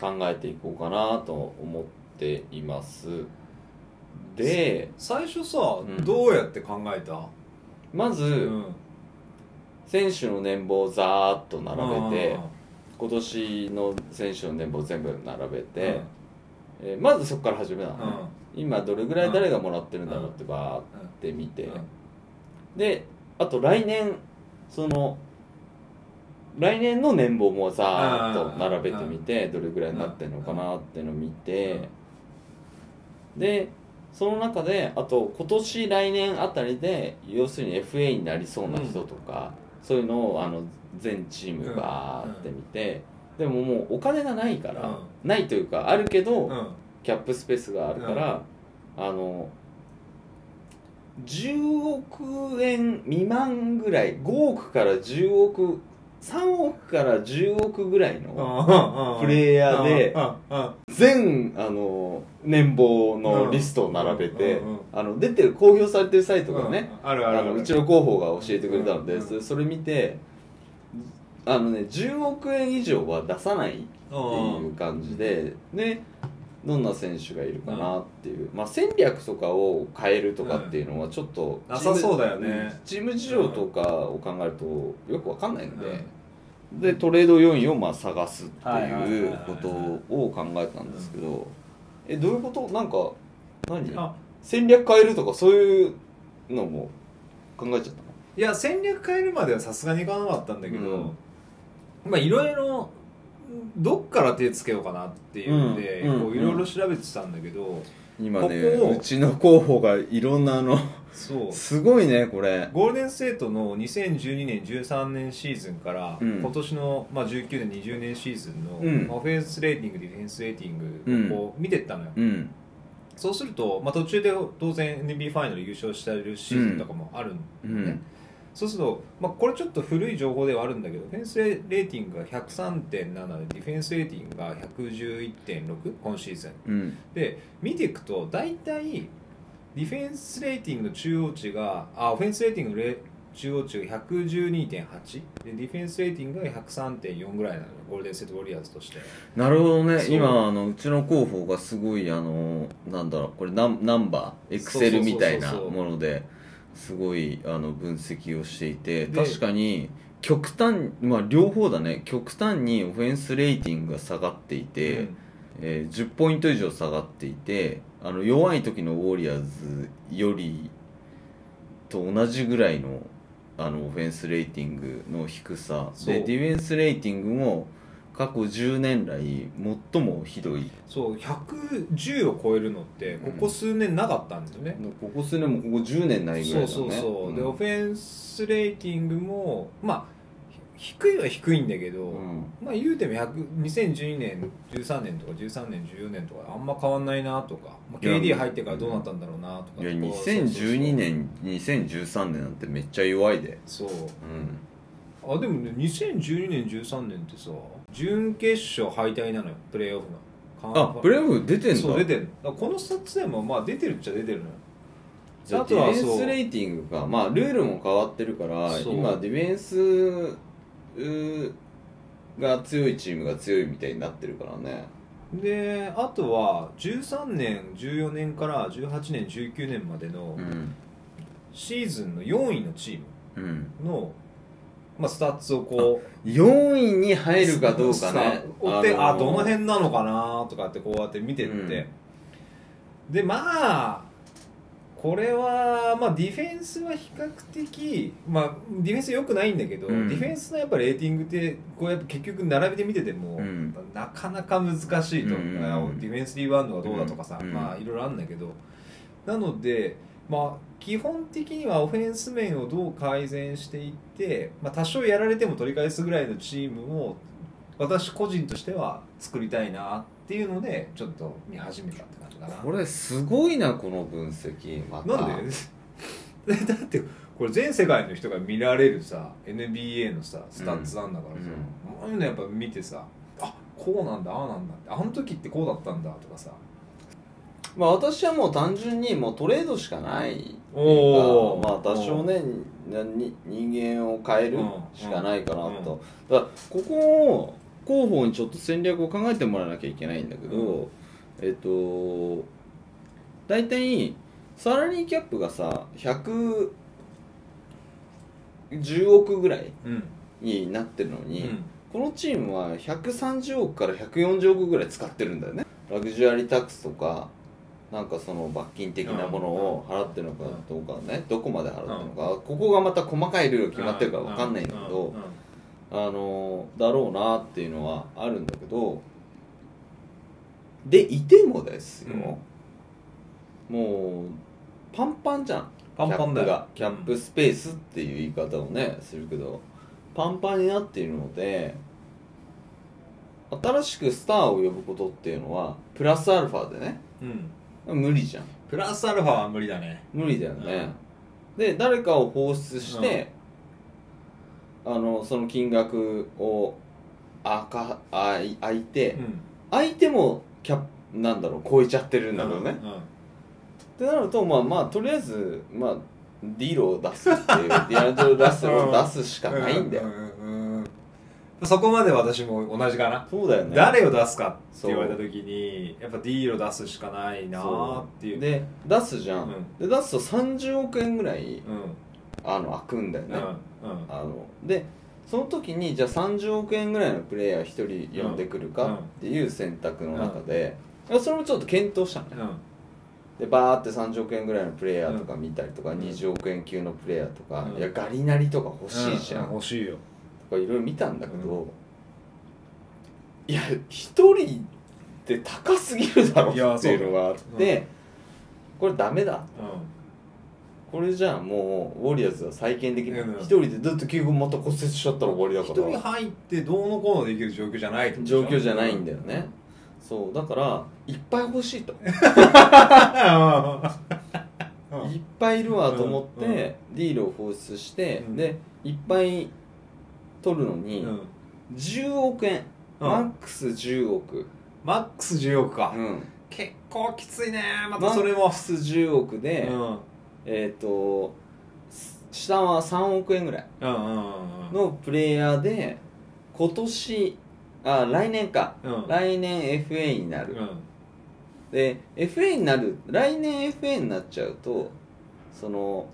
B: 考えていこうかなと思っていますで
A: 最初さ、
B: ん
A: どうやって考えた、
B: まず、
A: うん
B: 選手の年俸をざーっと並べて今年の選手の年俸全部並べて、えーまずそこから始めたの
A: うん
B: ね、今どれぐらい誰がもらってるんだろうってバーっ
A: うん
B: て見て
A: うん
B: であと来年その来年の年俸もざーっと並べてみてどれぐらいになってるのかなっていうのを見てでその中であと今年来年あたりで要するに FA になりそうな人とか、そういうのをあの全チームバーって見て、でももうお金がないから、
A: う
B: ないというかあるけど、
A: うん
B: キャップスペースがあるから、あの10億円未満ぐらい5億から10億3億から10億ぐらいのプ
A: プ
B: レイヤーで
A: あ
B: 全あの年俸のリストを並べて、
A: うんうんうん
B: あの出てる公表されてるサイトがね、
A: あるあ
B: あ
A: る
B: のうちの広報が教えてくれたので、
A: うんうん
B: そそれ見てあのね10億円以上は出さないっていう感じででどんな選手がいるかなっていう、まあ、戦略とかを変えるとかっていうのはちょっと
A: うん
B: チーム
A: なさそうだよね
B: うんチーム事情とかを考えるとよくわかんないので、で
A: うん
B: トレード要因をまあ探すって
A: はいはいはい
B: い
A: は
B: う
A: い
B: ことを考えたんですけどえどういうことなんか何
A: あ
B: 戦略変えるとかそういうのも考えちゃったの
A: いや戦略変えるまではさすがにいかなかったんだけど、まあいろいろどっから手つけようかなっていうんで、
B: うん
A: こういろいろ調べてたんだけど、
B: 今ね
A: ここを
B: うちの候補がいろんなあの
A: そう
B: すごいねこれ
A: ゴールデンステートの2012年13年シーズンから、
B: うん
A: 今年の、まあ、19年20年シーズンの、
B: うん
A: オフェンスレーティングディフェンスレーティングをこう見てったのよ、
B: うん
A: そうすると、まあ、途中で当然 NBA ファイナル優勝してるシーズンとかもあるん
B: う
A: ね
B: ん
A: そうすると、まあ、これちょっと古い情報ではあるんだけど、フェンスレーティングが103.7で、ディフェンスレーティングが111.6、今シーズン。
B: うん
A: で、見ていくと、大体、ディフェンスレーティングの中央値が、あ、オフェンスレーティングのレ中央値が112.8で、ディフェンスレーティングが103.4ぐらいなのよ、ゴールデン・ステート・ウォリアーズとして。
B: なるほどね
A: そう
B: 今あのうちの広報がすごいあのなんだろうこれナンナンバーエク
A: そうそう
B: セ
A: そう
B: ル
A: そう
B: みたいなものですごいあの分析をしていて
A: で
B: 確かに極端まあ両方だね極端にオフェンスレーティングが下がっていて、
A: うん
B: えー10ポイント以上下がっていてあの弱い時のウォリアーズよりと同じぐらいのあのオフェンスレーティングの低さ
A: そう
B: でディフェンスレーティングも過去10年来最もひどい
A: そう、110を超えるのって、ここ数年なかったんですよね。
B: ここ数年もここ10年ないぐらいだね
A: そうそうそう、
B: ん
A: でオフェンスレーティングもまあひ低いは低いんだけど、
B: うん
A: まあ言うても100 2012年13年とか13年14年とかあんま変わんないなとか、まあ、
B: いや
A: KD 入ってからどうなったんだろうなとか
B: いや
A: こう
B: 2012年2013年なんてめっちゃ弱いで
A: そうそうそう
B: うん
A: あでもね2012年13年ってさ準決勝敗退なのよプレーオフの
B: あプレ
A: ー
B: ーオフ出てんだ
A: そう出てるこのスタッツでもまあ出てるっちゃ出てるのよ
B: じゃあ
A: あ
B: デ
A: と
B: ィ
A: は
B: フェン
A: そ
B: ス
A: う
B: レーティングか、まあ、ルールも変わってるから
A: そう
B: 今ディフェンスうーが強いチームが強いみたいになってるからね
A: であとは13年14年から18年19年までの
B: ん
A: シーズンの4位のチ
B: うん
A: ームの、まあ、スタッツをこう
B: 4位に入るかどうか
A: さ
B: ね
A: 追って、あ
B: ー
A: どの辺なのかなとかってこうやって見てって、でまあこれは、まあ、ディフェンスは比較的、まあ、ディフェンス良くないんだけど、
B: うん
A: ディフェンスのやっぱレーティングってこうやっぱ結局並べてみてても、
B: うん
A: なかなか難しいと、
B: うん
A: あのディフェンスリバウンドがどうだとかさ、
B: うん
A: まあいろいろあるんだけどなので、まあ、基本的にはオフェンス面をどう改善していって、まあ、多少やられても取り返すぐらいのチームを私個人としては作りたいなっていうのでちょっと見始めたって感じかな。
B: これすごいなこの分析また
A: なんで だってこれ全世界の人が見られるさ NBA のさスタッツなんだからさ、こういうのやっぱ見てさあこうなんだああなんだってあの時ってこうだったんだとかさ
B: まあ、私はもう単純にもうトレードしかないっていうか
A: おー
B: まあ、多少ねなに人間を変えるしかないかなと、だからここを広報にちょっと戦略を考えてもらわなきゃいけないんだけど、
A: う
B: えっと大体サラリーキャップがさ110億ぐらい
A: うん
B: になってるの
A: う
B: に、
A: ん
B: このチームは130億から140億ぐらい使ってるんだよねラグジュアリータックスとかなんかその罰金的なものを払ってるのかどうかねどこまで払ってるのかここがまた細かいルール決まってるから分かんないんだけど
A: うう
B: あのだろうなっていうのはあるんだけどでいてもですよ、もうパンパンじゃん
A: パンパンだよ
B: キャップがキャップスペースっていう言い方をねするけどパンパンになっているので新しくスターを呼ぶことっていうのはプラスアルファでね
A: うん
B: 無理じゃん
A: プラスアルファは無理だね
B: 無理だよね、で誰かを放出して、あのその金額をあかあい空いて、
A: うん
B: 相手もキャップなんだろう超えちゃってるんだろうね、
A: うん
B: ってなるとまあまあとりあえずまあディロを出すっていうディアンジェロ・ラッセルを出すしかないんだよ、
A: ううんうんそこまで私も同じかな
B: そうだよね
A: 誰を出すかって言われた時にやっぱ D を出すしかないなーっていう
B: で出すじゃん、で出すと30億円ぐらい
A: うん
B: あの開くんだよ
A: うん
B: ね、
A: うん
B: あのでその時にじゃあ30億円ぐらいのプレイヤー1人呼んでくるかっていう選択の中で、いやそれもちょっと検討したのね
A: うん
B: でバーって30億円ぐらいのプレイヤーとか見たりとか、
A: うん
B: 20億円級のプレイヤーとか、
A: うん
B: いやガリナリとか欲しいじゃん、
A: う欲しいよ
B: とかいろいろ見たんだけど、
A: う
B: いや一人って高すぎるだろ
A: いや
B: っていうのがあっ
A: そうだよ
B: て、これダメだ
A: う
B: これじゃあもうウォリアーズは再建できない
A: うん
B: 一人でずっと9分また骨折しちゃったら終わりだ
A: ん一
B: から
A: 人入ってどうのこうのできる状況じゃないってことでし
B: 状
A: ょ
B: 況じゃないんだよね、そうだからいっぱい欲しいと
A: うん
B: いっぱいいるわと思って、
A: うんうん
B: ディールを放出して、
A: うん
B: でいっぱい取るの
A: う
B: に
A: ん
B: 10億円、
A: うん
B: マックス10億、
A: マックス10億か
B: うん
A: 結構きついねまたそれ
B: マッ
A: も
B: クス10億
A: う
B: で、
A: んうん
B: えっ、とす下は3億円ぐらい
A: うんうんうん
B: のプレイヤーで今年あ来年か、
A: うん
B: 来年 FA になる、
A: うん
B: で FA になる来年 FA になっちゃうとその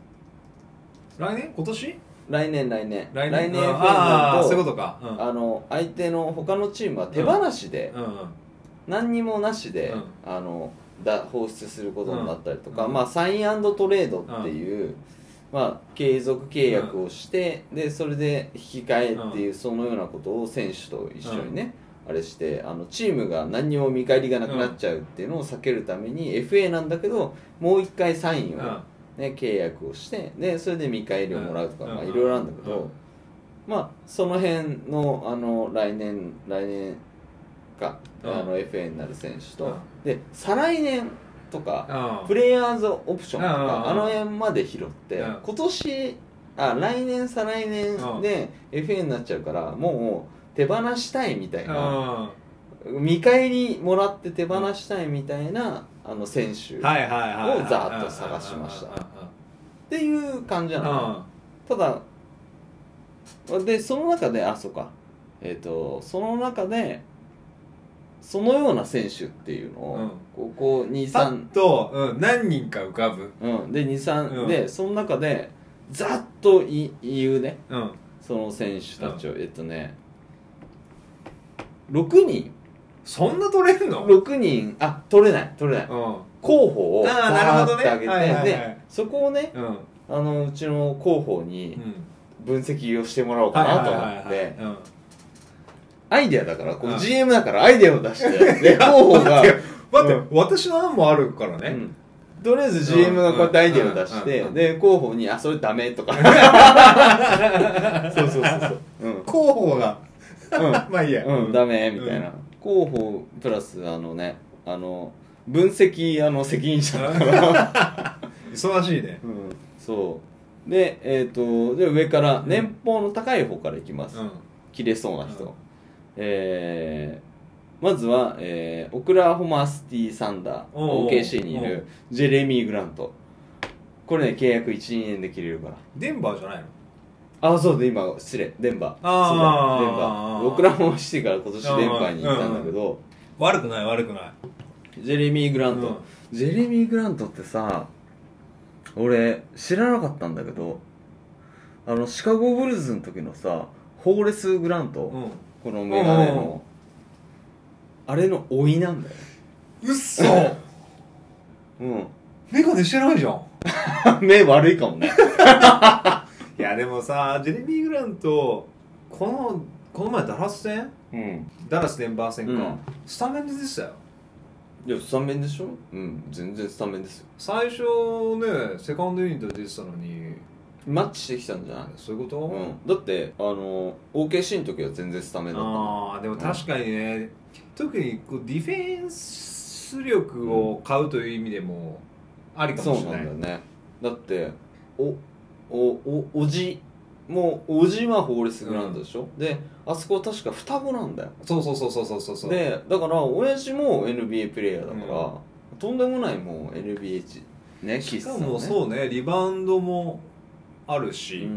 A: 来年今年
B: 来年来年
A: 来年
B: FA になると
A: あ
B: あ
A: あそういうことかうん
B: の相手の他のチームは手放しで、
A: うんうん
B: 何にもなしで、
A: うん
B: あのだ放出することになったりとか、
A: うん
B: まあ、サイントレードっていう、まあ、継続契約をして、でそれで引き換えっていう、そのようなことを選手と一緒にね、あれしてあのチームが何にも見返りがなくなっちゃうっていうのを避けるために、FA なんだけどもう一回サインを、
A: うんうん
B: ね、契約をしてでそれで見返りをもらうとか、
A: うん
B: まあ、
A: うん
B: いろいろあるんだけど、
A: うん
B: まあその辺のあの来年来年か、
A: うん
B: あの FA になる選手と、
A: うん
B: で再来年とか、プレイヤーズオプションとか、
A: うん
B: あの辺まで拾って、
A: うん
B: 今年あ来年再来年で FA になっちゃうからもう手放したいみたいな、
A: うん
B: 見返りもらって手放したいみたいな、あの選手っ
A: はいはいはいはい
B: をざーっと探しました
A: う
B: ていう感じなの。
A: んうん
B: ただでその中であそうかえっ、とその中でそのような選手っていうのを、
A: うん
B: ここ
A: さっ
B: 23
A: と、うん、何人か浮かぶ
B: うんで23、
A: うん
B: でその中でざっとい言うね
A: うん
B: その選手たちを、えっとね6人
A: そんな取れるの
B: 6人あ取れない取れない
A: うん
B: 候補をざ
A: あーなる
B: ーっ
A: ほど
B: と
A: ね
B: 上げて、
A: はいはいはい
B: でそこをね
A: うん
B: あのうちの候補に
A: うん
B: 分析をしてもらおうかなと思って。
A: はいはいはいはい
B: アイデアだから、こ
A: う
B: の
A: ん
B: GM だからアイデアを出 して、で、候補が、
A: うん、待
B: う
A: って、私の案もあるから
B: う
A: ね、
B: んとりあえず GM がこうやってアイデアを出し
A: う
B: て
A: んうんうん、うん
B: で、候補に、あ、それダメとか。そうそうそうそう。うん。
A: 候補が
B: う
A: まあいいや
B: ん。うん、ダメみたいな。候補プラス、あのね、あの、分析、あの、責任者だから。
A: 忙しいね
B: うん。そう。で、えっと、で、上から、年俸の高い方からいきます
A: う。ん
B: 切れそうな人、
A: うん
B: えーまずは、えーオクラホマシティ・サンダー
A: おう
B: OKC にい
A: おう
B: るジェレミー・グラントこれね契約12年で切れるから
A: デンバーじゃないの
B: あそうで今失礼デンバー
A: あー
B: そうだデンバーオクラホマシティから今年デンバーに行ったんだけど、
A: 悪くない悪くない
B: ジェレミー・グラント、
A: うん
B: ジェレミー・グラントってさ俺知らなかったんだけどあのシカゴ・ブルーズの時のさホーレス・グラント、
A: うん
B: このメガネ
A: うんうんうん
B: のあれの老いなんだよ
A: うっそ
B: うん
A: メガネしてないじゃん
B: 目悪いかもね
A: いやでもさジェレミー・グラントこのこの前ダラス戦
B: うん
A: ダラスデンバー戦か、
B: うん
A: スタメンでしたよ
B: いやスタメンでしょうん全然スタメンですよ
A: 最初ねセカンドユニットで出てたのに
B: マッチしてきたんじゃない
A: そういうこと、
B: うん、だってあの OKC の時は全然スタメンだったの
A: ああでも確かにね、特にこうディフェンス力を買うという意味でもありか
B: そ
A: も
B: う
A: しれ
B: な
A: ない
B: んだよねだっておおおおじもうおじはホーレスグラウンドでしょ、であそこ確か双子なんだよ
A: そうそうそうそうそうそうそう
B: でだから親父も NBA プレイヤーだから、
A: う
B: とんでもないもう NBA 値ね
A: しか
B: 岸さん
A: も
B: ね
A: そうねリバウンドもあるし、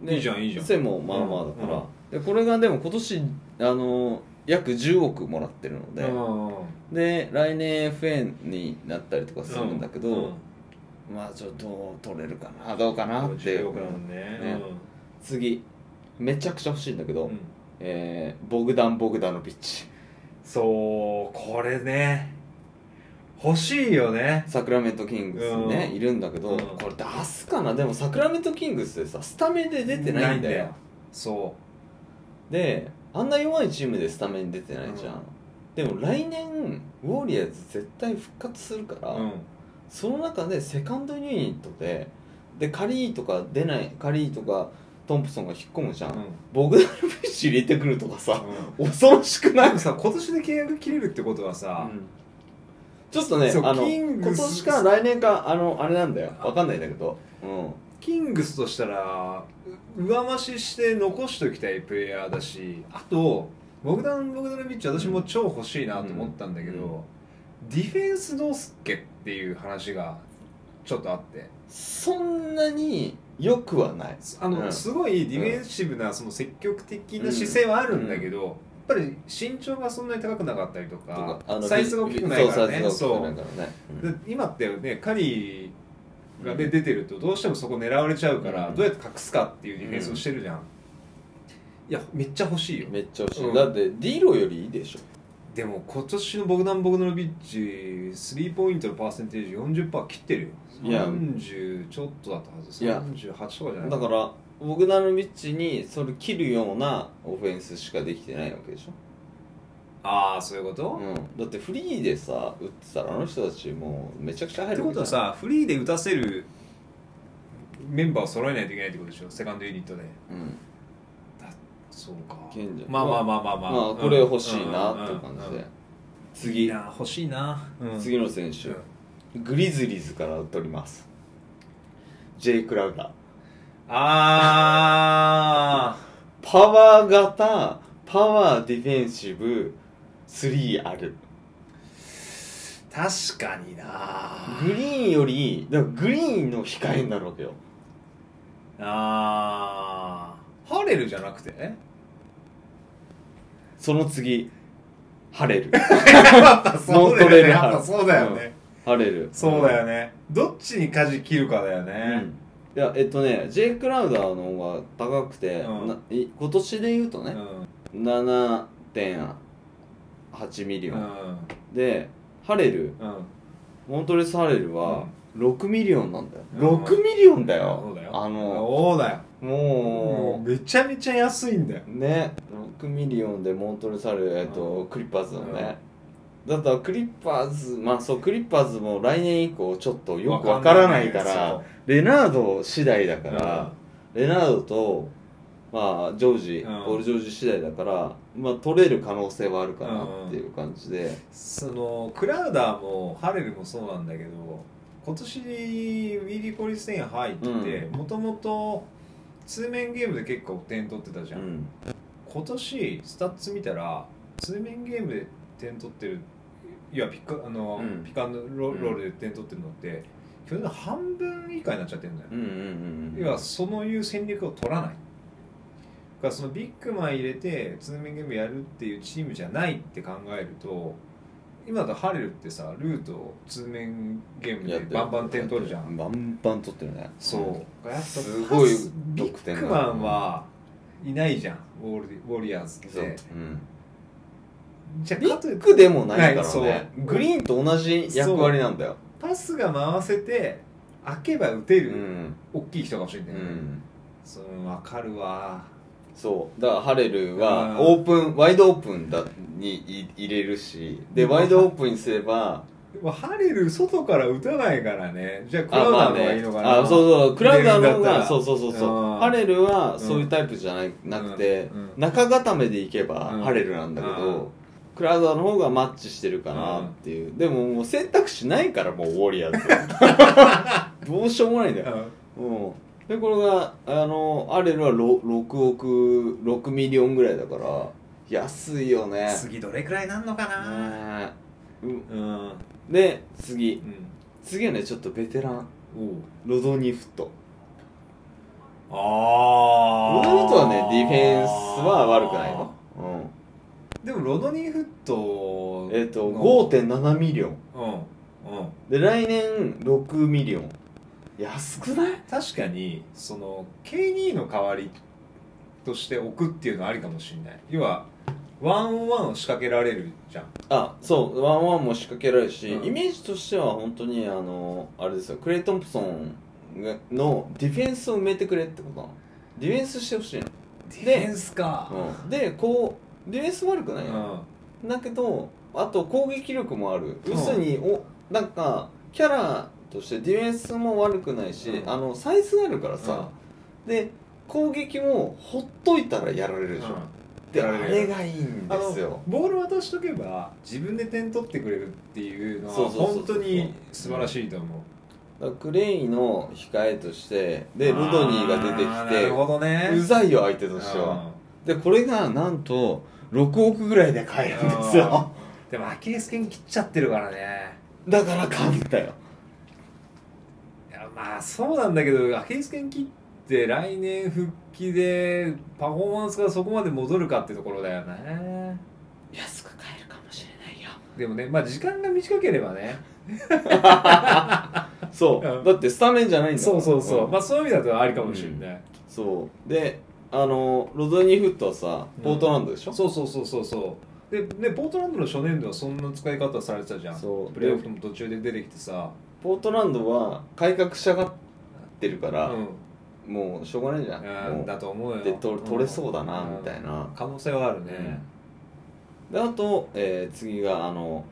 B: うん、
A: いいじゃんいいじゃん
B: 背もまあまあだから、
A: うん
B: でこれがでも今年あの約10億もらってるので、で来年 FN になったりとかするんだけど、まあちょっと取れるかなどうかなって
A: よくなるね
B: ね次めちゃくちゃ欲しいんだけ
A: う
B: ど、
A: んうん
B: えーボグダン・ボグダノビッチ
A: そうこれね欲しいよね
B: サクラメントキングスね、
A: うん
B: いるんだけど、
A: うん
B: これ出すかなでもサクラメントキングスでさスタメンで出てないんだよ
A: そ
B: であんな弱いチームでスタメン出てないじゃん、
A: うん
B: でも来年ウォリアーズ絶対復活するから、
A: う、うん、
B: その中でセカンドユニットででカリーとか出ないカリーとかトンプソンが引っ込むじゃん、ボグダルビッシュ入れてくるとかさ、 恐ろしくな
A: ないんかさ今年で契約切れるってことはさ、
B: ちょっとね
A: そう
B: あの
A: キングス
B: 今年か来年かあのあれなんだよわかんないんだけど、うん、
A: キングスとしたらう上増しして残しておきたいプレイヤーだしあとボグダン・ボグダノビッチ私も超欲しいなと思ったんだけど、
B: うん
A: ディフェンスどうすっけっていう話がちょっとあって
B: そんなによくはない
A: あの、
B: うん
A: すごいディフェンシブなその積極的な姿勢はあるんだけど、やっぱり身長がそんなに高くなかったりと
B: と
A: か
B: かあの
A: サイズが大きくないからね
B: そうサイ
A: そ
B: ズが大きくないからねうん
A: うで今ってねカリーが、ね
B: うん
A: 出てるとどうしてもそこ狙われちゃうから、
B: うん
A: どうやって隠すかっていうディフェンスをしてるじゃん、いやめっちゃ欲しいよ
B: めっちゃ欲しい、
A: うん
B: だってディロよりいいでしょ
A: でも今年のボグダン・ボグノビッチスリーポイントのパーセンテージ40%切ってるよ
B: いや
A: 30ちょっとだったはず
B: いや
A: 38とかじゃない
B: だからボグダノビッチにそれ切るようなオフェンスしかできてないわけでし
A: ああそういうこ
B: ょ、
A: と、
B: うん、だってフリーでさ打ってたらあの人たちもうめちゃくちゃ
A: っ
B: 入
A: て
B: る
A: ことはさフリーで打たせるメンバーを揃えないといけないってことでしょセカンドユニットで
B: うん
A: そうか
B: いけんじゃん
A: まあまあまあまあま
B: ま
A: あ、
B: あ、これ欲しいなっていう感じで、
A: い
B: 次
A: や欲しいな、うん
B: 次の選手、グリズリーズから取りますジェイ・クラウダー
A: あ
B: パワー型パワーディフェンシブ3ある
A: ー確かにな
B: グリーンよりだからグリーンの控えになるわけよ
A: あーハレルじゃなくて
B: その次ハレル
A: やっぱそうだ
B: ノー
A: よ
B: トレール
A: ねやっぱそうだよね、
B: ハレル
A: そうだよねどっちに舵切るかだよね、
B: いやえっとね J. クラウダーの方が高くて、
A: うん
B: ない今年で言うとね、7.8ミリ
A: うん
B: オ
A: う
B: ン、
A: ん
B: でハレル
A: うん
B: モントレス・ハレルは6ミリオンなんだよ、
A: うん
B: 6ミリオンだよ,、
A: そうだよ
B: あの
A: そうだよも
B: も
A: うめちゃめちゃ安いんだよ
B: うね6ミリオンでモントレス・ハレル、えっ
A: う
B: と、クリッパーズのね、だったらクリッパーズまあそうクリッパーズも来年以降ちょっとよくわからないから
A: わ
B: レナード次第だか、
A: からら
B: レナードと、まあ、ジョージ、
A: うん
B: ポール・ジョージ次第だから、まあ、取れる可能性はあるかなっていう感じで、
A: そのクラウダーもハレルもそうなんだけど今年ウィリー・コリステイン入って
B: う
A: もともと通面ゲームで結構点取ってたじ
B: う
A: ゃん、
B: ん
A: 今年スタッツ見たら通面ゲームで点取ってるいやピカあの、
B: うん
A: ピカンロロールで点取ってるのって去年の半分以下になっちゃってるんだよ
B: うんうんうん
A: 要はそのいう戦略を取らないだからそのビッグマン入れて通面ゲームやるっていうチームじゃないって考えると今だとハレルってさルートを通面ゲーム
B: やっ
A: で
B: てる
A: バンバン点取るじゃん
B: バンバン取ってるね
A: そうやっぱ
B: すごい
A: パスビ
B: 得点
A: ッ
B: だ
A: グマンはいないじゃんウォールディウォリアーズっ
B: そう、
A: て
B: うん、
A: じゃあ
B: ビ
A: かとい
B: ッ
A: って
B: グでもないか
A: ない
B: ら
A: そう
B: ねグリーンと同じ役割なんだよ
A: パスが回せて開けば打て
B: う
A: る
B: ん
A: 大きい人が欲しいん
B: う
A: だよね
B: ん
A: そう分かるわ
B: そうだからハレルは
A: うん
B: オープンワイドオープンだにい入れるしでワイドオープンにすれば
A: でもハレル外から打たないからねじゃあクラ
B: あ
A: ウ
B: ま
A: ダー
B: あ
A: の方がいい
B: ね
A: のかな、
B: あそうそうクラウダーの方
A: 入れるんだった
B: が
A: ら
B: そうそうそうそう
A: うん
B: ハレルはそういうタイプじゃないなくて
A: うんうん
B: 中固めでいけば
A: うん
B: ハレルなんだけ
A: うん
B: どクラウダーの方がマッチしてるかなっていうでももう選択肢ないからもうウォリアーズ どうしようもないんだようんでこれがあのアレルはろ6億6ミリオンぐらいだから安いよ
A: う
B: ね
A: ん次どれくらいなんのかな
B: ねうん
A: うん、うん
B: で次次はねちょっとベテランロドニー・フット
A: おああ
B: ロドニー・フットはねディフェンスは悪くないよ、うん
A: でもロドニーフット
B: えっ、と
A: の
B: 5.7ミリオン
A: うんうん
B: で来年6ミリオン安くない
A: 確かにその K2 の代わりとして置くっていうのはありかもしれない要はワンオンワンを仕掛けられるじゃん
B: あそうワンワンも仕掛けられるし、
A: うん
B: イメージとしては本当にあのあれですよクレイ・トンプソンがのディフェンスを埋めてくれってことなのディフェンスしてほしいの、
A: デ
B: ィ
A: ィ
B: フ
A: フ
B: ェ
A: ェンスか
B: うん、でこうディフェンス悪く
A: う
B: ない
A: ん、
B: よ、だけどあと攻撃力もある
A: うん
B: 要するにおなんかキャラとしてディフェンスも悪くないし、
A: うん
B: あのサイズがあるからさ、で攻撃もほっといたらやられるでしょ、で
A: やら
B: あ
A: れる
B: れがいいん
A: あ
B: ですよ
A: のボール渡しとけば自分で点取ってくれるっていうの
B: そう
A: は
B: そうそうそう
A: 本当に素晴らしいと思う
B: だからクレイの控えとしてでロドニーが出て
A: あー
B: き
A: なるほ
B: て
A: どね
B: うざいよ相手としてはでこれがなんと6億ぐらいで買えるんですよ
A: うんでもアキレス腱切っちゃってるからね
B: だから買うんだよ
A: いやまあそうなんだけどアキレス腱切って来年復帰でパフォーマンスがそこまで戻るかってところだよね
B: 安く買えるかもしれないよ
A: でもねまあ時間が短ければね
B: そう、
A: うん
B: だってスタメンじゃないんだ
A: そうそうそう、
B: ん
A: まあそういう意味だとありかもしれない、
B: そうであのロドニー・フットはさポートランドでしょ、
A: そうそうそうそうそうでねポートランドの初年度はそんな使い方されてたじゃん
B: そう
A: プレーオフも途中で出てきてさ、
B: ポートランドは改革し上がってるか
A: う
B: ら、
A: ん
B: もうしょうがないじゃん
A: うん、
B: も
A: だと思う
B: う
A: よ
B: で取取れそうだな、
A: うん
B: みたいな
A: 可能性はあるね、
B: であと、えー次があの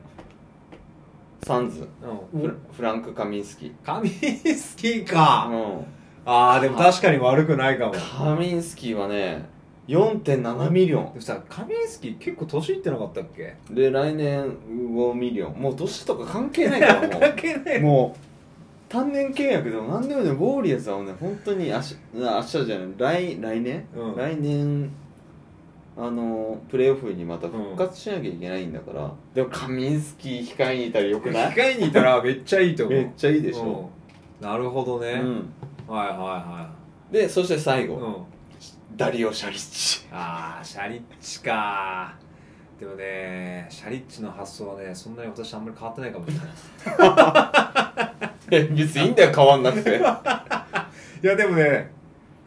B: サンズ
A: うん
B: フラフランク・カミンスキ
A: カミスキー
B: ー、
A: か、
B: うん、
A: ああでも確かに悪くないかも
B: カミンスキーはね4.7ミリオ
A: でもさカミンスキー結構年いってなかったっけ
B: ンで来年5ミリオンもう年とか関係ないからもう
A: 関係ない
B: もう単年契約でも何でもねウォーリアーズはね本当に明日明日じゃない来来年、
A: うん
B: 来年あのプレーオフにまた復活しなきゃいけないんだから、でもカミンスキー控えにいたらよくない
A: 機械にいたらめっちゃいいと思う
B: めっちゃいいでしょ、
A: うんなるほどね、
B: うん
A: はいはいは
B: でそして最
A: い、
B: 後、
A: うん、
B: ダリオ・シャリッチ
A: あーシャリッチかでもねシャリッチの発想はねそんなに私あんまり変わってないかもしれない
B: え別にいいんだよ変わんな くて
A: いやでもね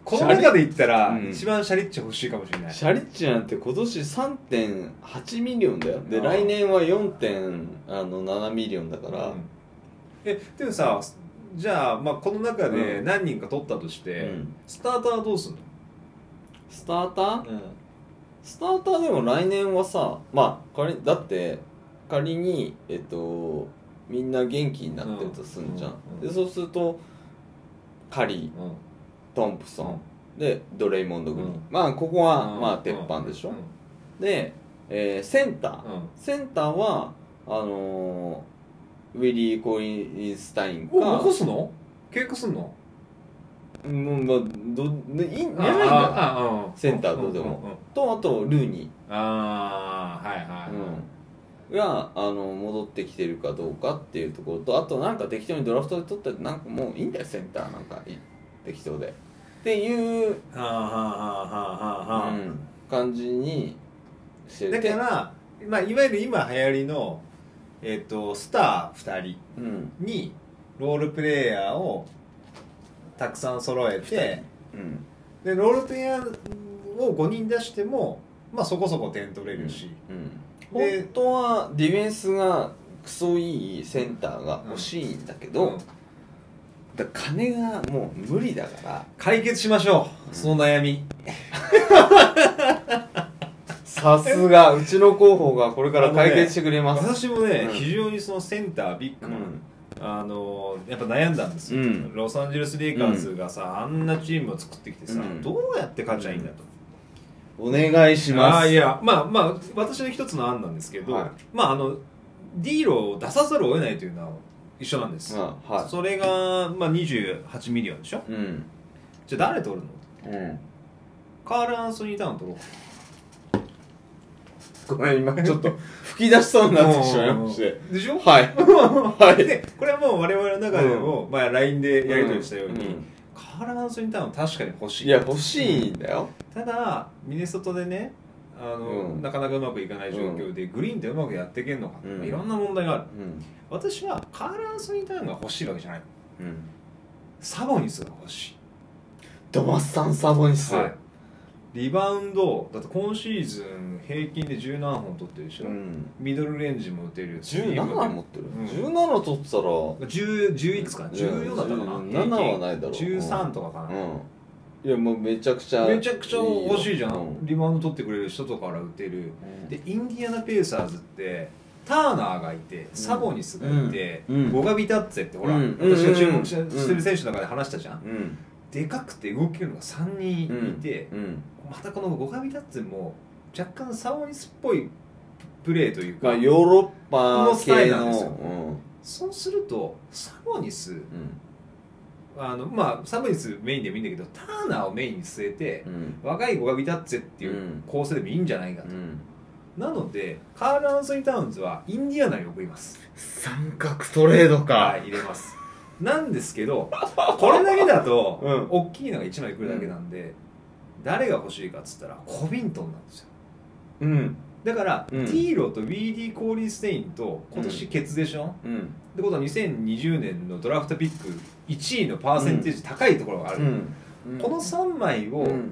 A: この中で言ったら、
B: うん
A: 一番シャリッチ欲しいかもしれない
B: シャリッチなんて今年3.8ミリオンだよで
A: あー
B: 来年は4.7ミリオンだから、
A: うんえでもさじゃあ、まあ、この中で
B: うん
A: 何人か取ったとして、
B: うん
A: スターターはどうすんの、
B: スターター、スターターでも来年はさまあ仮にだって仮にえっとみんな元気になってるとすんじゃん、
A: うん
B: でそうするとカリー
A: うん
B: トンプソンでドレイモンド・グリーン、
A: うん
B: まあここは、まあ鉄板でしょ、
A: うん
B: で、えーセンター、センターはあのーウィリー・コインスタインか
A: うん、お残すの経過すんの
B: うんまあどいい
A: あ
B: いらないんだよ
A: あああ
B: センターどうでも
A: んんん
B: とあとルーニー
A: ああはいはい、
B: うん、があの戻ってきてるかどうかっていうところとあとなんか適当にドラフトで取ったらなんかもういいんだよセンターなんかい適当でっていう、
A: はあはあはあはあはあ、
B: うん感じにして
A: だ
B: て
A: から、まあ、いわゆる今流行りの、えっとスター2人
B: うん
A: にロールプレイヤーをたくさん揃えて
B: うん
A: でロールプレイヤーを5人出しても、まあ、そこそこ点取れるし、
B: うん、
A: で
B: 本当はディフェンスがクソいいセンターが欲しいんだけど、
A: うん
B: だから金がもう無理だから
A: 解決しましょうその悩み
B: さすがうちの候補がこれから解決してくれます、
A: 私もね、
B: うん
A: 非常にそのセンタービッグマン、あのやっぱ悩んだんですよ、
B: うん
A: ロサンゼルス・レイカーズがさ、あんなチームを作ってきてさ、
B: うん
A: どうやって勝ちゃいいんだと、
B: お願いしま
A: あー
B: す
A: いやまあまあ私の一つの案なんですけど、
B: はい
A: まああのディーロを出さざるを得ないというのは一緒なんです、
B: うんは
A: それが、まあ、28ミリオンでしょ
B: いうん
A: じゃあ誰取るの
B: うん
A: カール・アンソニー・タウン取ろう
B: ごめん今ちょ っと吹き出しそうになってしまいまして
A: でしょ
B: はいは い
A: でこれはもう我々の中でも、まあ、LINE でやり取りしたように、
B: ん
A: カール・アンソニー・タウン確かに欲しい
B: いや欲しいんだよ
A: ただミネソトでねあの、
B: うん
A: なかなかうまくいかない状況で、グリーンでうまくやっていけんのか、
B: うん
A: いろんな問題がある
B: うん
A: 私はカール・アンソニー・タウンが欲しいわけじゃない
B: うん
A: サボニスが欲し
B: ドマッサン・サボニス、
A: い、リバウンドだって今シーズン平均で十何本取ってるでしょ、
B: うん、
A: ミドルレンジも打てる
B: 17持ってる、
A: うん
B: 17取ったら
A: 10 11つかな14だったかな
B: うん
A: 平均
B: 17はないだろう
A: 13とかかな、
B: うんいやもうめちゃくちゃ
A: めちゃくちゃ欲しいじゃん
B: う
A: リバウンド取ってくれる人とかから打てる
B: うん
A: でインディアナ・ペーサーズってターナーがいてサボニスがいて、
B: うん
A: ボガビタッツェってほら、
B: うん
A: 私が注目し,、
B: うん
A: てる選手の中で話したじゃん、
B: うん
A: でかくて動けるのが3人いて、
B: うん
A: またこのボガビタッツェも若干サボニスっぽいプレーというか、
B: まあヨーロッパ
A: のスタイ
B: 系
A: ルなん
B: の
A: ですよそうするとサボニスあのまあサボニスメインでもいいんだけどターナーをメインに据えて
B: うんうん
A: 若いボガビタッツェっていううん構成でもいいんじゃないかと、
B: うん
A: なのでカール・アンソニー・タウンズはインディアナに送ります
B: 三角トレード
A: は
B: か
A: い、入れますなんですけどこれだけだと、
B: うん
A: 大きいのが1枚くるだけなんで、誰が欲しいかっつったらコビントンなんですよ
B: うん
A: だから、
B: うん
A: ティーロとウィーディー・コーリー・ステインと今年ケツでしょ、っ
B: うん
A: てことは2020年のドラフトピック1位のパーセンテージ高いところがある、
B: うん
A: この3枚
B: う
A: を
B: ん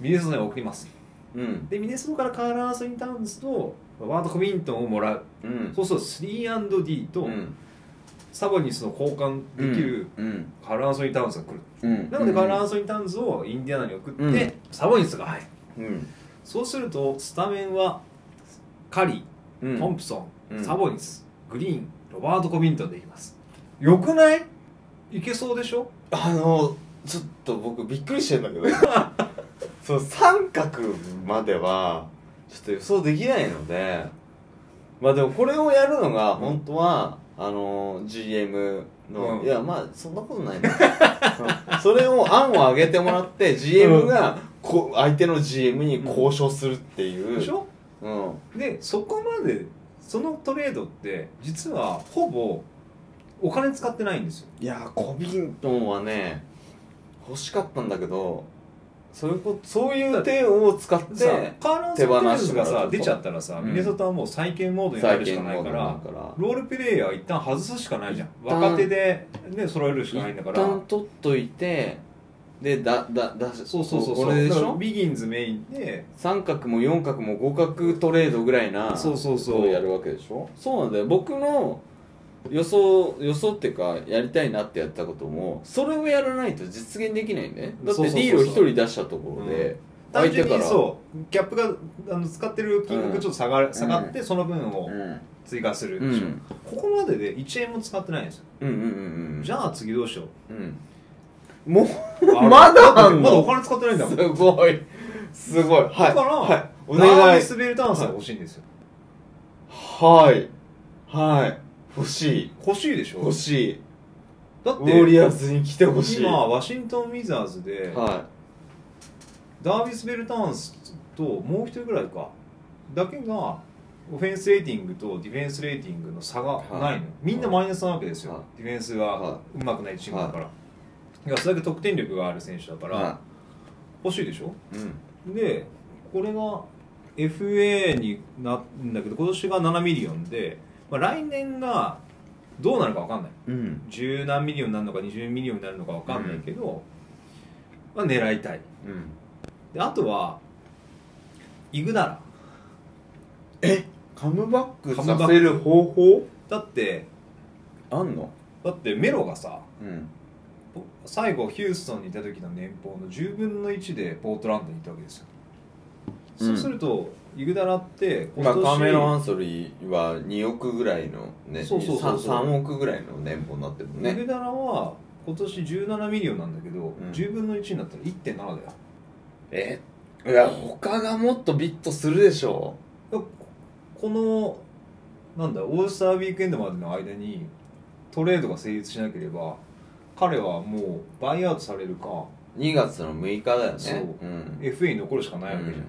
A: ミネソタに送ります
B: うん
A: でミネソタからカーラー・アンソニー・タウンズとワード・コビントンをもらう
B: うん
A: そうすると 3&D と、
B: うん
A: サボニスの交換できる
B: うん
A: カーラー・アンソニー・タウンズが来る
B: うん
A: なのでカール・アンソニー・タウンズをインディアナに送って、
B: うん
A: サボニスが入る
B: うん
A: そうするとスタメンはカリ
B: う
A: ー、
B: ん
A: トンプソン、
B: うん
A: サボニスグリーンロバート・コビントンでいきますよくないいけそうでしょ
B: あのちょっと僕びっくりしてんだけど その三角まではちょっと予想できないのでまあでもこれをやるのが本当は、あの GM の、
A: うん
B: いやまあそんなことないなうんそれを案を上げてもらって GM がこ相手の GM に交渉するっていう、うん、
A: でしょ
B: うん
A: でそこまでそのトレードって実はほぼお金使ってないんですよ
B: いやーコビントンはね欲しかったんだけどそういうことそういう手を使っ
A: さ
B: て
A: カール・アンソニー・タウンズがさ出ちゃったらさ、
B: うん
A: ミネソタはもう再建モードに入
B: 債
A: るしか
B: 権
A: ない
B: モー
A: か
B: ド
A: ら
B: だから
A: ロールプレイヤーは一旦外すしかないじゃん
B: 一旦
A: 若手で、ね、揃えるしかないんだ
B: 一
A: から
B: 旦取っといてでだだだし
A: そうそうそうそう
B: これでし
A: だから
B: ょ
A: ビギンズメインで
B: 三角も四角も五角トレードぐらいな
A: そうそうそう
B: ことをやるわけでしょそうなんだよ僕の予想予想っていうかやりたいなってやったこともそれをやらないと実現できないんだねだっ
A: そうそうそう
B: て
A: そう
B: リールを一人出したところで、
A: 単
B: 相
A: 純
B: 手から
A: にそうキャップがあの使ってる金額がちょっと下が,、下がってその分を
B: うん
A: 追加する
B: う
A: でしょ、
B: ん
A: ここまでで1円も使ってないんですよ、
B: うんうんうんうん
A: じゃあ次どうしよ
B: うんもう
A: う
B: まだあ
A: って
B: んの
A: まだお金使ってないんだもん
B: すごいすごいはい
A: だから
B: はいお
A: ダー
B: 願
A: ビ
B: い
A: ス・ベルタンスが欲しいんですよ
B: はいはい欲しい
A: 欲しいでしょ
B: 欲しい
A: だ
B: ウォ
A: っ
B: リアーズに来てほ
A: て
B: しい
A: 今
B: は
A: ワシントン・ウィザーズで、
B: いは
A: ダービス・ベルターンスともう一人ぐらいかだけがオフェンスレーティングとディフェンスレーティングの差がないの、
B: はい
A: みんなマイナスなわけですよ、
B: はい
A: ディフェンスが
B: は
A: うまくないチームだから、いやそれだけ得点力がある選手だから、欲しいでしょ
B: いうん
A: でこれが FA になるんだけど今年が7ミリオンで、まあ、来年がどうなるか分かんない
B: うん
A: 10何ミリオンになるのか20ミリオンになるのか分かんないけど、まあ、狙いたい
B: うん
A: であとはイグダラ
B: カムバック
A: カムバック
B: させる方法
A: だって
B: あんの
A: だってメロがさ
B: うん
A: 最後ヒューストンにいた時の年俸の10分の1でポートランドにいたわけですよ
B: うん
A: そうするとイグダラって
B: ま
A: 今
B: あ、
A: 年、
B: カーメロン・ハンソリーは2億ぐらいのね
A: そうそうそうそう
B: さ3億ぐらいの年俸になってるもん
A: イグ
B: ね
A: ダラは今年17ミリオンなんだけど、
B: ん
A: 10分の1になったら1.7だよ
B: えいや他がもっとビットするでしょ
A: ここのなんだオールスターウィークエンドまでの間にトレードが成立しなければ彼はもうバイアウトされるか
B: 2月の6日だよね
A: そうん FA に残るしかないわけじゃ
B: うん